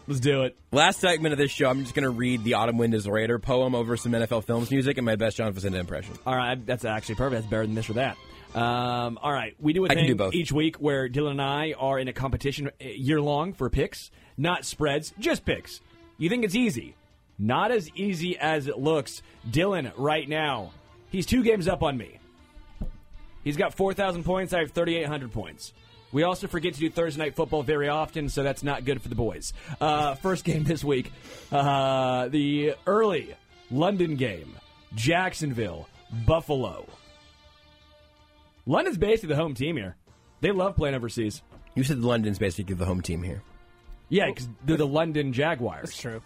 B: let's do it.
C: Last segment of this show, I'm just going to read the Autumn Wind is the Raider poem over some NFL films music and my best John Facenda impression.
B: All right, that's actually perfect. That's better than this or that. Um, all right, we do a
C: I
B: thing
C: can do both.
B: each week where Dylan and I are in a competition year long for picks, not spreads, just picks. You think it's easy? Not as easy as it looks. Dylan, right now, he's two games up on me. He's got 4,000 points. I have 3,800 points. We also forget to do Thursday night football very often, so that's not good for the boys. Uh, first game this week, uh, the early London game, Jacksonville, Buffalo. London's basically the home team here. They love playing overseas.
C: You said London's basically the home team here.
B: Yeah, because they're the London Jaguars.
D: It's true.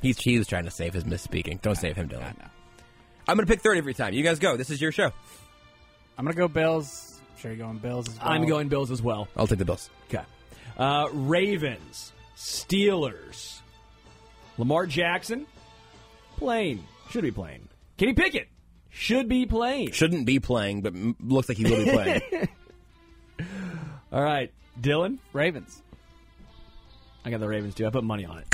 C: He's he was trying to save his misspeaking. Don't save him, Dylan. I'm going to pick third every time. You guys go. This is your show.
D: I'm gonna go Bills. I'm sure you're going Bills as well.
B: I'm going Bills as well.
C: I'll take the Bills.
B: Okay. Uh, Ravens, Steelers, Lamar Jackson, playing. Should be playing. Kenny Pickett, should be playing.
C: Shouldn't be playing, but m- looks like he will be playing.
B: All right, Dylan.
D: Ravens.
B: I got the Ravens too. I put money on it.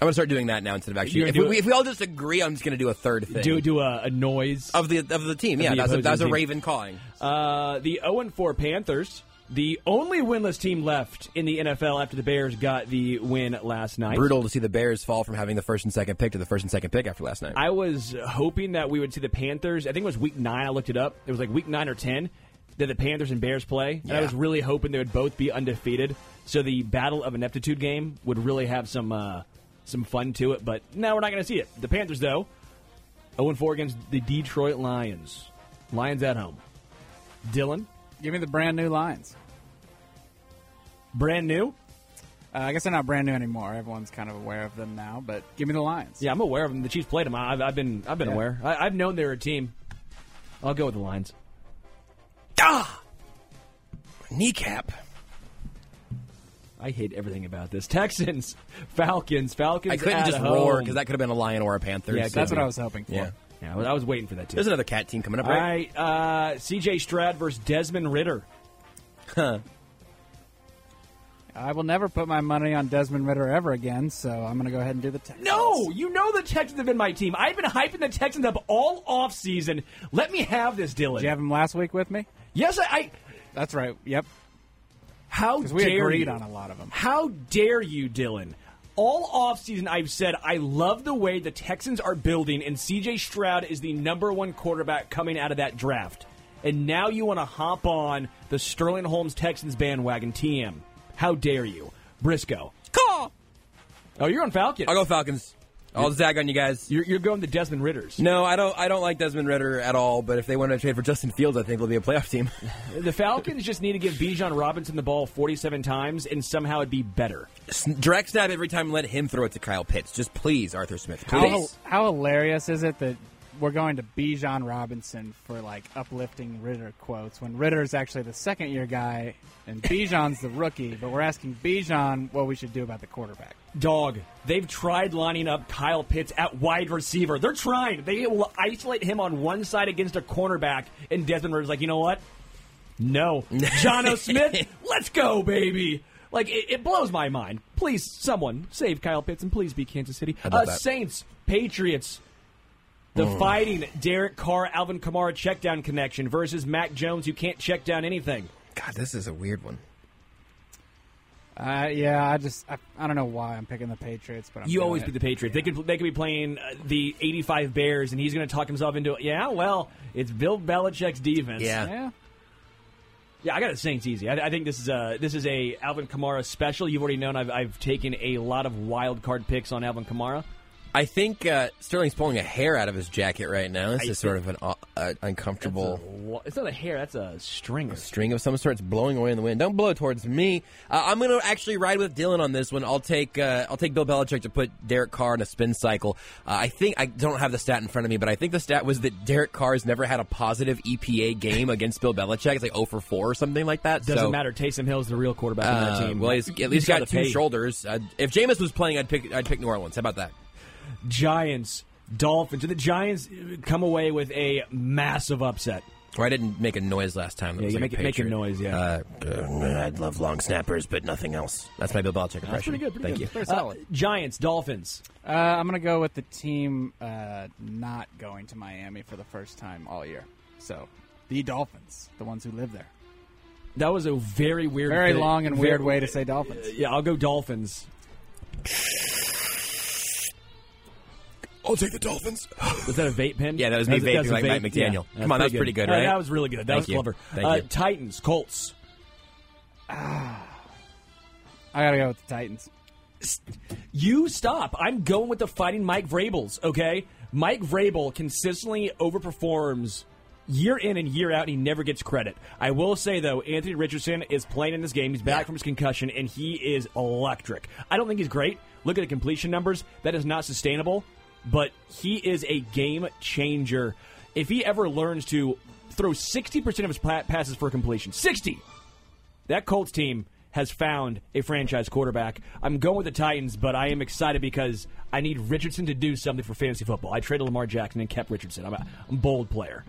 C: I'm going to start doing that now instead of
B: You're
C: actually. If
B: gonna do
C: we,
B: it-
C: if we all just agree, I'm just going to do a third thing.
B: Do do a, a noise.
C: of the of the team, yeah,
B: the
C: that's a,
B: opposing
C: that's a
B: team.
C: Raven calling.
B: Uh, the 0 and 4 Panthers, the only winless team left in the NFL after the Bears got the win last night.
C: brutal to see the Bears fall from having the first and second pick to the first and second pick after last night.
B: I was hoping that we would see the Panthers. I think it was week nine. I looked it up. It was like week nine or ten that the Panthers and Bears play. And I
C: Yeah.
B: was really hoping they would both be undefeated. So the battle of ineptitude game would really have some uh, some fun to it. But no, we're not going to see it. The Panthers though, zero four against the Detroit Lions. Lions at home. Dylan,
D: Give me the brand new lines.
B: brand new.
D: Uh, I guess they're not brand new anymore. Everyone's kind of aware of them now, but give me the Lions.
B: Yeah, I'm aware of them. The Chiefs played them. I've, I've been I've been
D: Yeah.
B: aware. I, I've known they're a team. I'll go with the Lions.
C: ah! Kneecap.
B: I hate everything about this. Texans, Falcons, Falcons.
C: I couldn't
B: at
C: just
B: home.
C: roar because that could have been a lion or a panther.
B: Yeah,
D: that's
B: yeah.
D: what I was hoping for.
C: Yeah.
B: Yeah, I was- I was waiting for that too.
C: There's another cat team coming up,
B: All
C: right?
B: right, uh, C.J. Stroud versus Desmond Ritter.
D: I will never put my money on Desmond Ritter ever again, so I'm going to go ahead and do the Texans.
B: No, you know the Texans have been my team. I've been hyping the Texans up all offseason. Let me have this, Dylan.
D: Did you have him last week with me?
B: yes, I. I
D: That's right. Yep.
B: how
D: Because we
B: dare
D: agreed
B: you?
D: on a lot of them.
B: How dare you, Dylan? All offseason, I've said I love the way the Texans are building, and CJ Stroud is the number one quarterback coming out of that draft. And now you want to hop on the Sterling Holmes Texans bandwagon, TM. How dare you? Briscoe.
C: Call.
B: Oh, you're on Falcons.
C: I'll go Falcons. I'll zag on you guys.
B: You're, you're going the Desmond Ritters.
C: No, I don't. I don't like Desmond Ritter at all. But if they want to trade for Justin Fields, I think they'll be a playoff team.
B: The Falcons just need to give Bijan Robinson the ball 47 times, and somehow it'd be better.
C: Sn- Direct snap every time. and Let him throw it to Kyle Pitts. Just please, Arthur Smith.
D: How,
C: Please.
D: how hilarious is it that we're going to Bijan Robinson for like uplifting Ritter quotes when Ritter's actually the second year guy and Bijan's the rookie, but we're asking Bijan what we should do about the quarterback.
B: Dog, they've tried lining up Kyle Pitts at wide receiver. They're trying. They will isolate him on one side against a cornerback, and Desmond Ritter's like, you know what? No. John O. Smith, let's go, baby. Like, it, it blows my mind. Please, someone, save Kyle Pitts, and please be Kansas City.
C: love
B: Uh,
C: that.
B: Saints, Patriots, the fighting Derek Carr, Alvin Kamara check down connection versus Mac Jones, who can't check down anything.
C: God, this is a weird one.
D: Uh, yeah, I just I, I don't know why I'm picking the Patriots, but I'm
B: You
D: doing
B: always
D: it.
B: beat the Patriots. They could they could be playing uh, the '85 Bears, and he's going to talk himself into it. Yeah, well, it's Bill Belichick's defense.
C: Yeah.
D: Yeah.
B: yeah. I got the Saints easy. I, I think this is a this is a Alvin Kamara special. You've already known I've I've taken a lot of wild card picks on Alvin Kamara.
C: I think uh, Sterling's pulling a hair out of his jacket right now. This
B: I
C: is sort of an uh, uh, uncomfortable.
B: Wha- It's not a hair. That's a string.
C: string of some sort. It's blowing away in the wind. Don't blow towards me. Uh, I'm going to actually ride with Dylan on this one. I'll take uh, I'll take Bill Belichick to put Derek Carr in a spin cycle. Uh, I think I don't have the stat in front of me, but I think the stat was that Derek Carr's never had a positive EPA game against Bill Belichick. It's like 0 for 4 or something like that.
B: Doesn't
C: so,
B: matter. Taysom Hill's the real quarterback
C: uh,
B: on that team.
C: well, he's at
B: You
C: least
B: saw
C: got
B: the
C: two
B: pay.
C: shoulders. Uh, if Jameis was playing, I'd pick I'd pick New Orleans. How about that?
B: Giants, Dolphins. Did the Giants uh, come away with a massive upset?
C: Or I didn't make a noise last time. That was
B: you
C: like
B: make- make a
C: Patriot.
B: noise, yeah.
C: Uh, I'd love long snappers, but nothing else. That's my Bill Belichick impression.
B: pretty good, pretty
C: Thank
B: good.
C: you.
B: Uh, Giants, Dolphins.
D: Uh, I'm gonna go with the team uh, not going to Miami for the first time all year. So the Dolphins, the ones who live there.
B: That was a very weird,
D: Very
B: fit.
D: long and weird
B: Very-
D: way to say Dolphins.
B: Yeah, I'll go Dolphins.
C: I'll take the Dolphins.
B: Was that a vape pen?
C: Yeah, that was me
B: that's
C: vaping
B: a
C: like Mike
B: vape-
C: McDaniel.
B: yeah,
C: Come on, that was pretty good, right?
B: that was really good. That
C: Thank
B: was
C: you.
B: clever.
C: Thank
B: uh,
C: you.
B: Titans, Colts.
D: I gotta go with the Titans.
B: You stop. I'm going with the fighting Mike Vrabels. Okay, Mike Vrabel consistently overperforms year in and year out, and he never gets credit. I will say though, Anthony Richardson is playing in this game. He's back from his concussion, and he is electric. I don't think he's great. Look at the completion numbers. That is not sustainable. But he is a game changer. If he ever learns to throw 60% of his pa- passes for completion, 60, that Colts team has found a franchise quarterback. I'm going with the Titans, but I am excited because I need Richardson to do something for fantasy football. I traded Lamar Jackson and kept Richardson. I'm a, I'm a bold player.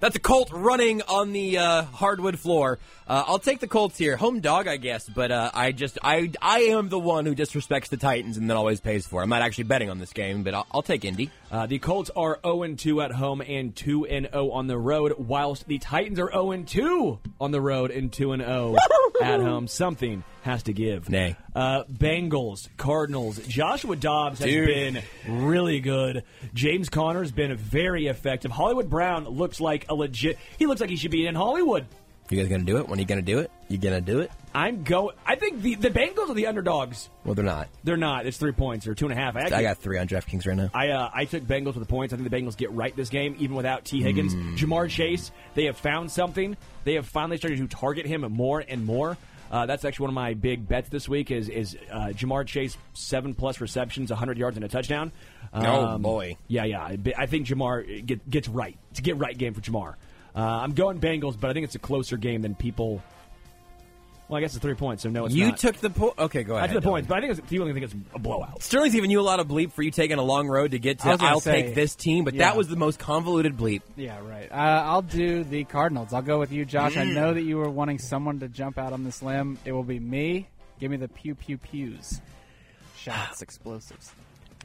C: That's a Colt running on the uh, hardwood floor. Uh, I'll take the Colts here, home dog, I guess. But uh, I just, I, I am the one who disrespects the Titans and then always pays for. it. I'm not actually betting on this game, but I'll, I'll take Indy.
B: Uh, the Colts are 0 2 at home and 2 0 on the road, whilst the Titans are 0 2 on the road and 2 0 at home. Something has to give.
C: Nay.
B: Uh, Bengals, Cardinals. Joshua Dobbs has
C: Dude.
B: been really good. James Connor's been very effective. Hollywood Brown looks like a legit. He looks like he should be in Hollywood.
C: You guys gonna do it? When are you gonna do it? You gonna do it?
B: I'm going. I think the, the Bengals are the underdogs.
C: Well, they're not.
B: They're not. It's three points or two and a half. I, actually,
C: I got three on DraftKings right now.
B: I uh, I took Bengals with the points. I think the Bengals get right this game, even without T. Higgins.
C: Hmm.
B: Jamar Chase, they have found something. They have finally started to target him more and more. Uh, that's actually one of my big bets this week is is uh, Jamar Chase seven plus receptions, 100 yards and a touchdown. Um,
C: Oh, boy.
B: yeah, yeah. I I think Jamar get, gets right. It's a get right game for Jamar. Uh, I'm going Bengals, but I think it's a closer game than people Well, I guess it's three points, so no, it's
C: you
B: not.
C: took the point. Okay, go
B: I
C: ahead.
B: took the
C: Dylan.
B: points, but I think it's, the only thing it's a blowout.
C: Sterling's giving you a lot of bleep for you taking a long road to get to.
D: I was gonna
C: I'll
D: say-
C: take this team, but
D: yeah.
C: that was the most convoluted bleep.
D: Yeah, right. Uh, I'll do the Cardinals. I'll go with you, Josh. I know that you were wanting someone to jump out on this limb. It will be me. Give me the pew pew pews. Shots, explosives.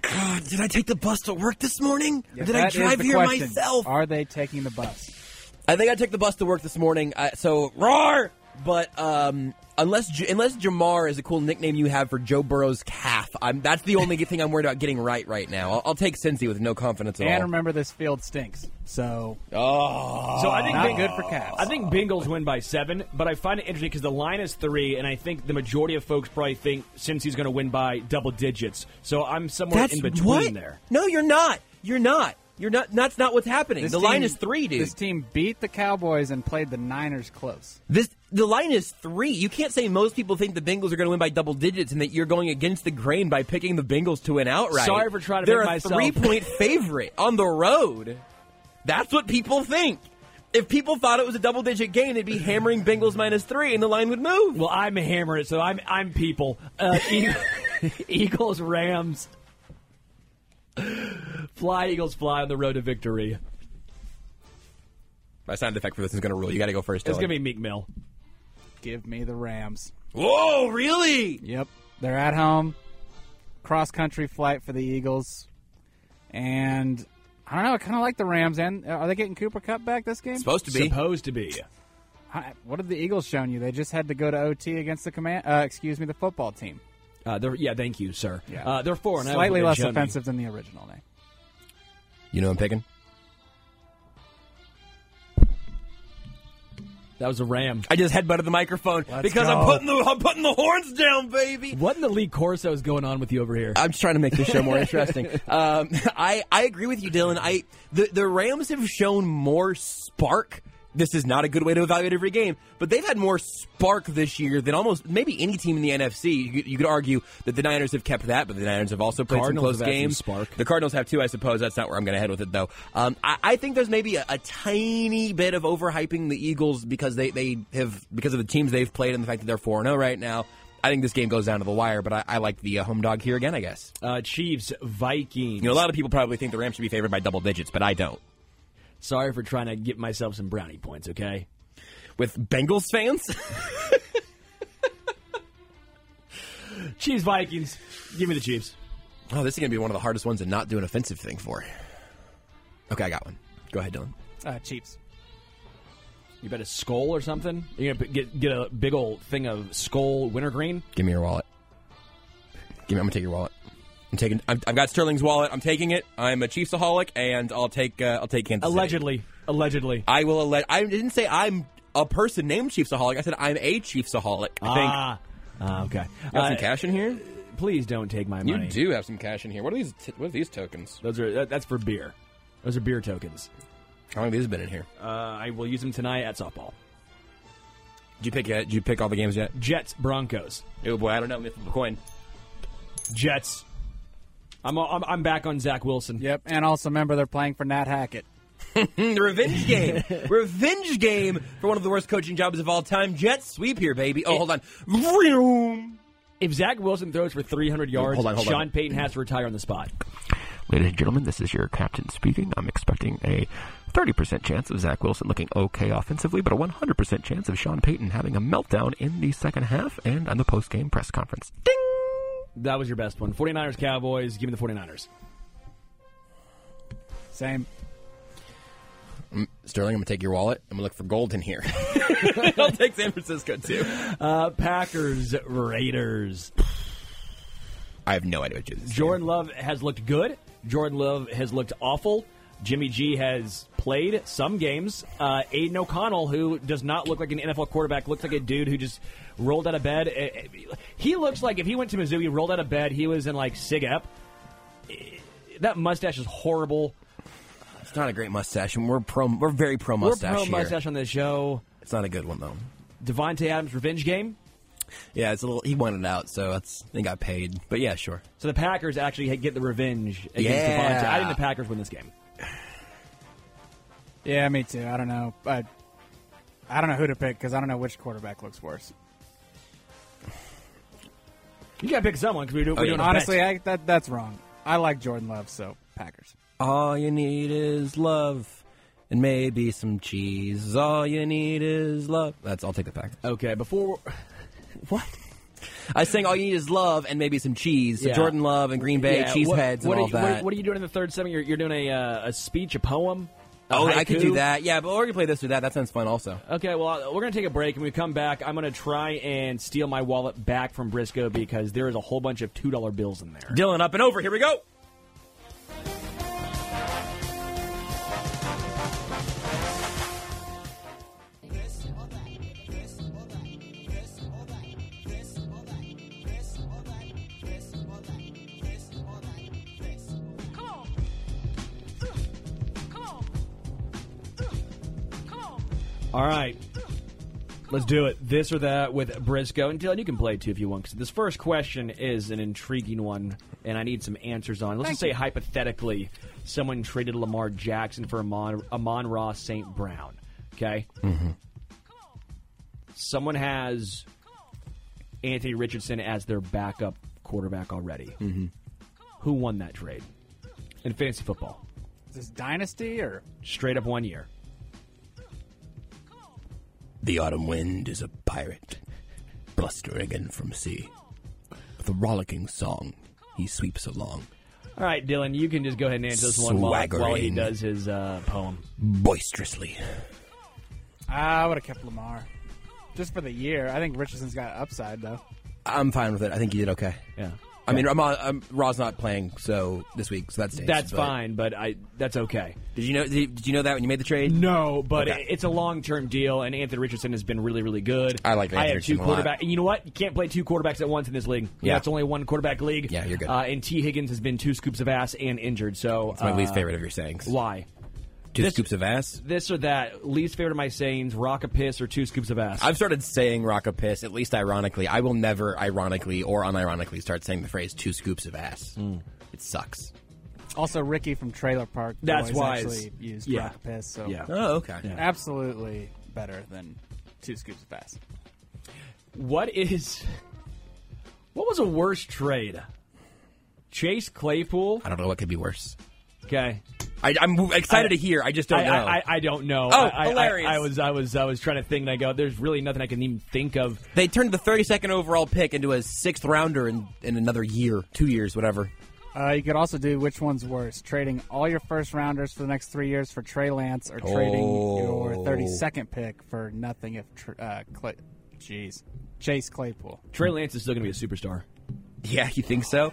C: God, Uh, did I take the bus to work this morning? Or
D: Yeah,
C: did I
D: that is
C: drive
D: the
C: here
D: question.
C: myself?
D: Are they taking the bus?
C: I think I took the bus to work this morning. I, so roar! But um, unless J- unless Jamar is a cool nickname you have for Joe Burrow's calf, I'm, that's the only thing I'm worried about getting right right now. I'll, I'll take Cincy with no confidence at
D: And
C: all.
D: remember, this field stinks. So
C: oh,
B: So I think
D: not
B: Bing-
D: good for Cavs.
B: I think Bengals win by seven, but I find it interesting because the line is three, and I think the majority of folks probably think since he's going to win by double digits. So I'm somewhere
C: that's
B: in between
C: what?
B: there.
C: No, you're not. You're not. You're not. That's not what's happening.
D: This
C: the line
D: team-
C: is three, dude.
D: This team beat the Cowboys and played the Niners close.
C: This the line is three. You can't say most people think the Bengals are going to win by double digits, and that you're going against the grain by picking the Bengals to win outright.
B: Sorry for trying to
C: They're
B: make
C: a
B: myself-
C: three-point favorite on the road. That's what people think. If people thought it was a double-digit game, they'd be hammering Bengals minus three, and the line would move.
B: Well, I'm a hammer it, so I'm I'm people. Uh, Eag- Eagles, Rams, fly Eagles, fly on the road to victory.
C: My sound effect for this is going to rule. You got to go first.
B: It's gonna be Meek Mill.
D: Give me the Rams.
C: Whoa, really?
D: Yep. They're at home. Cross country flight for the Eagles. And I don't know. I kind of like the Rams. And are they getting Cooper Cup back this game?
C: Supposed to be.
B: Supposed to be.
D: I, what have the Eagles shown you? They just had to go to OT against the command. Uh, excuse me, the football team.
B: Uh, they're, yeah, thank you, sir. Uh, they're four and I
D: Slightly
B: look
D: less
B: at Joni.
D: offensive than the original name.
C: you know I'm picking.
B: That was a Ram.
C: I just headbutted the microphone because
B: go.
C: I'm putting the I'm putting the horns down, baby.
B: What in the league Corso is going on with you over here?
C: I'm just trying to make this show more interesting. Um, I I agree with you, Dylan. I the the Rams have shown more spark. This is not a good way to evaluate every game, but they've had more spark this year than almost maybe any team in the NFC. You, could- you could argue that the Niners have kept that, but the Niners have also played
B: Cardinals
C: some
B: have had
C: close
B: some
C: games.
B: spark.
C: The Cardinals have too, I suppose. That's not where I'm going to head with it, though. Um, I, I think there's maybe a, a tiny bit of overhyping the Eagles because they, they have because of the teams they've played and the fact that they're four four zero right now. I think this game goes down to the wire, but I, I like the uh, home dog here again. I guess.
B: Uh, Chiefs, Vikings.
C: You know, a lot of people probably think the Rams should be favored by double digits, but I don't.
B: Sorry for trying to get myself some brownie points, okay?
C: With Bengals fans,
B: Chiefs, Vikings. Give me the Chiefs.
C: oh, this is going to be one of the hardest ones to not do an offensive thing for. Okay, I got one. Go ahead, Dylan.
D: Uh, Chiefs.
B: You bet a skull or something? You're going to get, get a big old thing of skull wintergreen?
C: Give me your wallet. Give me. I'm gonna take your wallet. I'm taking. I've, I've got Sterling's wallet. I'm taking it. I'm a Chiefsaholic, and I'll take. Uh, I'll take Kansas. City.
B: Allegedly. Allegedly.
C: I will. Alle- I didn't say I'm a person named Chiefsaholic. I said I'm a Chiefsaholic. I think.
B: Ah. Ah, okay.
C: got
B: Uh,
C: some cash in here.
B: Please don't take my
C: You
B: money.
C: do have some cash in here. What are these? T- what are these tokens?
B: Those are that, that's for beer. Those are beer tokens.
C: How long have these been in here?
B: Uh, I will use them tonight at softball.
C: Did you pick? Uh, did you pick all the games yet?
B: Jets, Broncos,
C: Oh boy, I don't know. Myth of the coin.
B: Jets. I'm I'm, I'm back on Zach Wilson.
D: Yep. And also remember they're playing for Nat Hackett.
C: Mm, The revenge game. revenge game for one of the worst coaching jobs of all time. Jets sweep here, baby. Oh, hold on. Vroom.
B: If Zach Wilson throws for 300 yards,
C: Hold on, hold on.
B: Sean Payton has to retire on the spot.
E: Ladies and gentlemen, this is your captain speaking. I'm expecting a 30% chance of Zach Wilson looking okay offensively, but a 100% chance of Sean Payton having a meltdown in the second half and on the post-game press conference. Ding!
B: That was your best one. 49ers, Cowboys. Give me the 49ers.
D: Same.
C: Sterling, I'm gonna take your wallet. I'm gonna look for gold in here. I'll take San Francisco too.
B: Uh, Packers, Raiders.
C: I have no idea what to do. this.
B: Jordan Love has looked good. Jordan Love has looked awful. Jimmy G has played some games. Uh, Aiden O'Connell, who does not look like an NFL quarterback, looks like a dude who just rolled out of bed. Eh, eh, He looks like if he went to Mizzou, he rolled out of bed. He was in like SIGEP. Eh, That mustache is horrible.
C: It's not a great mustache, and we're pro. We're very pro mustache
B: We're pro
C: here.
B: mustache on this show.
C: It's not a good one though.
B: Devontae Adams revenge game.
C: Yeah, it's a little. He wanted out, so that's they got paid. But yeah, sure.
B: So the Packers actually get the revenge against
C: Yeah.
B: Devontae. I think the Packers win this game.
D: Yeah, me too. I don't know. I, I don't know who to pick because I don't know which quarterback looks worse.
B: You got to pick someone because we do, we're
C: Oh, yeah.
B: doing a bet.
D: Honestly, I, that that's wrong. I like Jordan Love, so Packers.
C: All you need is love and maybe some cheese. All you need is love. That's I'll take the Packers.
B: Okay, before what?
C: I sang all you need is love and maybe some cheese. So
B: Yeah.
C: Jordan Love and Green Bay
B: Yeah,
C: cheese
B: what-
C: heads
B: what
C: and
B: are
C: all
B: you-
C: that.
B: What, what are you doing in the third segment? You're, you're doing a uh, a speech, a poem. a
C: oh, I could
B: haiku?
C: do that. Yeah, but or we can play this or that. That sounds fun also.
B: Okay, well, uh, we're going to take a break. and we come back, I'm going to try and steal my wallet back from Briscoe because there is a whole bunch of $2 bills in there.
C: Dylan up and over. Here we go.
F: Come on. Ugh. Come on. Ugh. Come on.
B: All right. Let's do it. This or that with Briscoe. And Dylan, you can play too if you want. 'cause this first question is an intriguing one, and I need some answers on. it. Let's just say hypothetically, someone traded Lamar Jackson for Amon, Amon Ross St. Brown. Okay? Someone has Anthony Richardson as their backup quarterback already. Mm-hmm. Who won that trade in fantasy football?
D: Is this dynasty or
B: Straight up one year.
C: The autumn wind is a pirate, blustering in from sea. With a rollicking song, he sweeps along,
B: All right, Dylan, you can just go ahead and answer this one while, while he
C: Swaggering.
B: does his uh, poem.
C: boisterously.
D: I would have kept Lamar just for the year. I think Richardson's got upside though.
C: I'm fine with it. I think you did okay.
B: Yeah,
C: I mean, I'm, uh, I'm, Raw's not playing so this week, so that stinks.
B: that's
C: but-
B: fine, but I that's okay.
C: Did you know? Did did you know that when you made the trade?
B: No, but
C: Okay.
B: it- it's a long term deal, and Anthony Richardson has been really, really good.
C: I like
B: I
C: Anthony
B: have two
C: Richardson a lot.
B: quarterbacks. You know what? You can't play two quarterbacks at once in this league.
C: Yeah.
B: that's only one quarterback league.
C: Yeah, you're good.
B: Uh, and T Higgins has been two scoops of ass and injured. So
C: It's my least
B: uh,
C: favorite of your sayings.
B: Why?
C: Two
B: this-
C: scoops of ass.
B: This or that? Least favorite of my sayings: rock a piss or two scoops of ass.
C: I've started saying rock a piss, at least ironically. I will never ironically or unironically start saying the phrase two scoops of ass.
B: Hmm.
C: It sucks.
D: Also, Ricky from Trailer Park.
B: That's
D: Boys
B: why
D: actually
B: it's-
D: used
B: yeah.
D: rock piss. So
B: yeah.
C: Oh, okay.
D: absolutely better than two scoops of ass.
B: What is what was a worse trade? Chase Claypool.
C: I don't know what could be worse.
B: Okay,
C: I, I'm excited
B: I-
C: to hear. I just
B: I,
C: don't know.
B: I, I, I don't know.
C: Oh,
B: I, I-
C: hilarious.
B: I, I was I was I was trying to think, and I go, there's really nothing I can even think of.
C: they turned the 32nd overall pick into a sixth rounder in, in another year, two years, whatever.
D: Uh, you could also do which one's worse: trading all your first rounders for the next three years for Trey Lance, or trading your
C: Oh.
D: thirty second pick for nothing if tr- uh, Clay- jeez Chase Claypool.
B: Trey Lance is still going to be a superstar.
C: Yeah, you think so?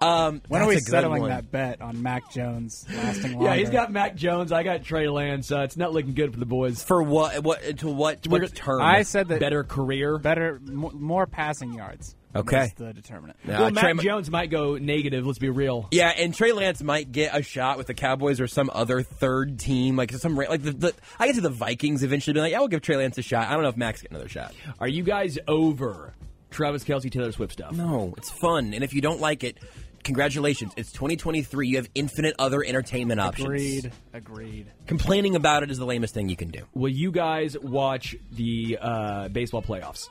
C: Um,
D: When
C: that's
D: are we
C: a good
D: settling
C: one.
D: that bet on Mac Jones lasting longer?
B: Yeah, he's got Mac Jones. I got Trey Lance. Uh, it's not looking good for the boys.
C: For what? What to what?
B: We're
C: What
B: gonna-
C: term?
D: I said that uh,
B: Better career.
D: better, mo- more passing yards.
C: Okay.
D: is the determinant.
C: Yeah,
B: well,
C: Trey
B: Mac
C: Ma-
B: Jones might go negative. Let's be real.
C: Yeah, and Trey Lance might get a shot with the Cowboys or some other third team, like some ra- like the, the I guess the Vikings eventually be like, yeah, we'll give Trey Lance a shot. I don't know if Max get another shot.
B: Are you guys over Travis Kelsey, Taylor Swift stuff?
C: No, it's fun, and if you don't like it, congratulations, it's 2023. You have infinite other entertainment options.
D: Agreed. Agreed.
C: Complaining about it is the lamest thing you can do.
B: Will you guys watch the uh, baseball playoffs?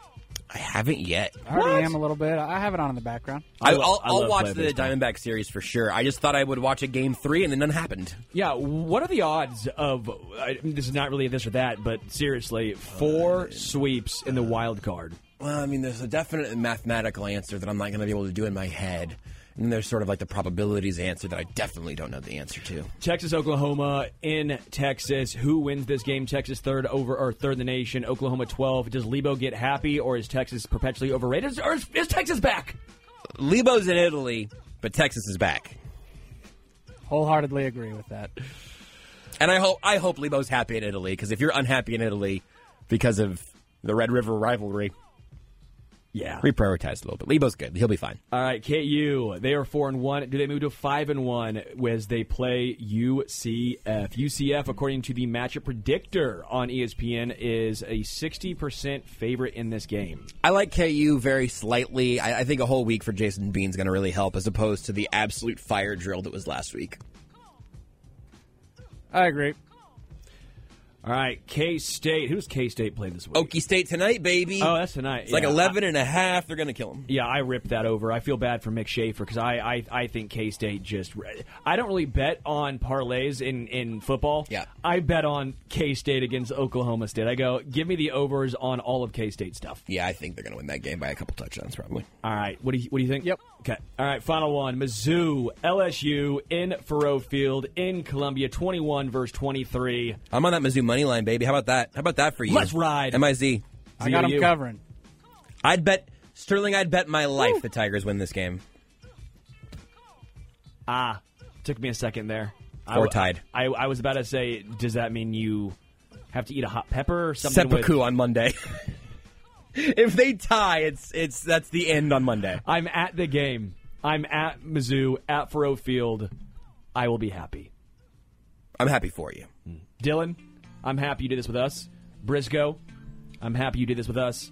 C: I haven't yet.
D: I already am a little bit. I have it on in the background.
C: I,
B: I
C: will
B: love-
C: I'll,
B: I
C: I'll
B: love
C: watch
B: playoff
C: the
B: baseball.
C: Diamondback series for sure. I just thought I would watch a game three, and then none happened.
B: Yeah, what are the odds of I, this is not really a this or that, but seriously, four sweeps in the wild card.
C: Well, I mean, there's a definite mathematical answer that I'm not going to be able to do in my head. And then there's sort of like the probabilities answer that I definitely don't know the answer to.
B: Texas Oklahoma in Texas. Who wins this game? Texas third over or third in the nation. Oklahoma 12. Does Lebo get happy or is Texas perpetually overrated? Or is, is Texas back?
C: Lebo's in Italy, but Texas is back.
D: Wholeheartedly agree with that.
C: And I hope I hope Lebo's happy in Italy because if you're unhappy in Italy because of the Red River rivalry,
B: Yeah.
C: reprioritize a little bit. Lebo's good; he'll be fine.
B: All right, KU. They are 4 and 1. Do they move to 5 and 1 as they play UCF? UCF according to the matchup predictor on E ESPN is a 60% favorite in this game.
C: I like KU very slightly. I, I think a whole week for Jason Bean's going to really help, as opposed to the absolute fire drill that was last week.
D: I agree.
B: All right, K State. Who's K State play this week?
C: Okie State tonight, baby.
B: Oh, that's tonight.
C: It's like
B: Yeah.
C: 11 and a half. They're going to kill him.
B: Yeah, I ripped that over. I feel bad for Mick Schaefer because I, I, I think K State just. I don't really bet on parlays in, in football.
C: Yeah.
B: I bet on K State against Oklahoma State. I go, give me the overs on all of K State stuff.
C: Yeah, I think they're going to win that game by a couple touchdowns, probably.
B: All right. What do you What do you think? Yep. Okay. All right. Final one. Mizzou, LSU in Faroe Field in Columbia, twenty one verse twenty three.
C: I'm on that Mizzou money line, baby. How about that? How about that for you?
B: Let's ride.
C: MIZ.
D: I got
B: ZOU.
D: him covering.
C: I'd bet Sterling. I'd bet my life the Tigers win this game.
B: Ah, took me a second there. I
C: Or
B: w-
C: tied.
B: I, I was about to say, does that mean you have to eat a hot pepper or something? with-
C: Seppuku on Monday. if they tie, it's it's that's the end on Monday.
B: I'm at the game. I'm at Mizzou at Faroe Field. I will be happy.
C: I'm happy for you.
B: Dylan, I'm happy you did this with us. Briscoe, I'm happy you did this with us.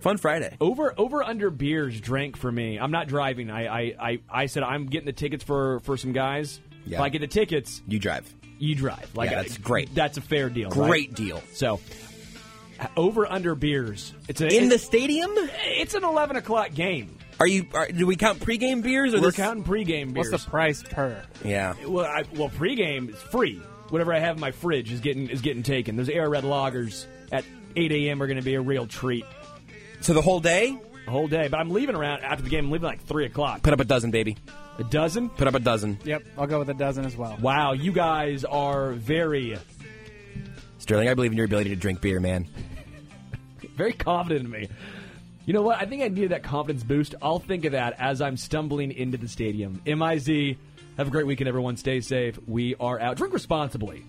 C: Fun Friday.
B: Over over under beers drank for me. I'm not driving. I I, I, I said I'm getting the tickets for for some guys.
C: Yeah.
B: If I get the tickets,
C: You drive.
B: you drive. Like
C: Yeah,
B: I-
C: that's great.
B: That's a fair deal. right?
C: Great deal.
B: So over under beers. It's a,
C: In the
B: it's,
C: stadium?
B: it's an 11 o'clock game.
C: Are you? Are, do we count pregame beers or
B: We're
C: this?
B: counting pregame beers.
D: What's the price per?
C: Yeah.
B: Well, I, well, pregame is free. Whatever I have in my fridge is getting is getting taken. Those air red loggers at 8 a.m. are going to be a real treat
C: So the whole day.
B: the whole day. But I'm leaving around after the game. I'm leaving like three o'clock.
C: Put up a dozen, baby.
B: A dozen.
C: Put up a dozen.
D: Yep, I'll go with a dozen as well.
B: Wow, you guys are very
C: Sterling, I believe in your ability to drink beer, man.
B: very confident in me. You know what? I think I needed that confidence boost. I'll think of that as I'm stumbling into the stadium. Miz, have a great weekend, everyone. Stay safe. We are out. Drink responsibly.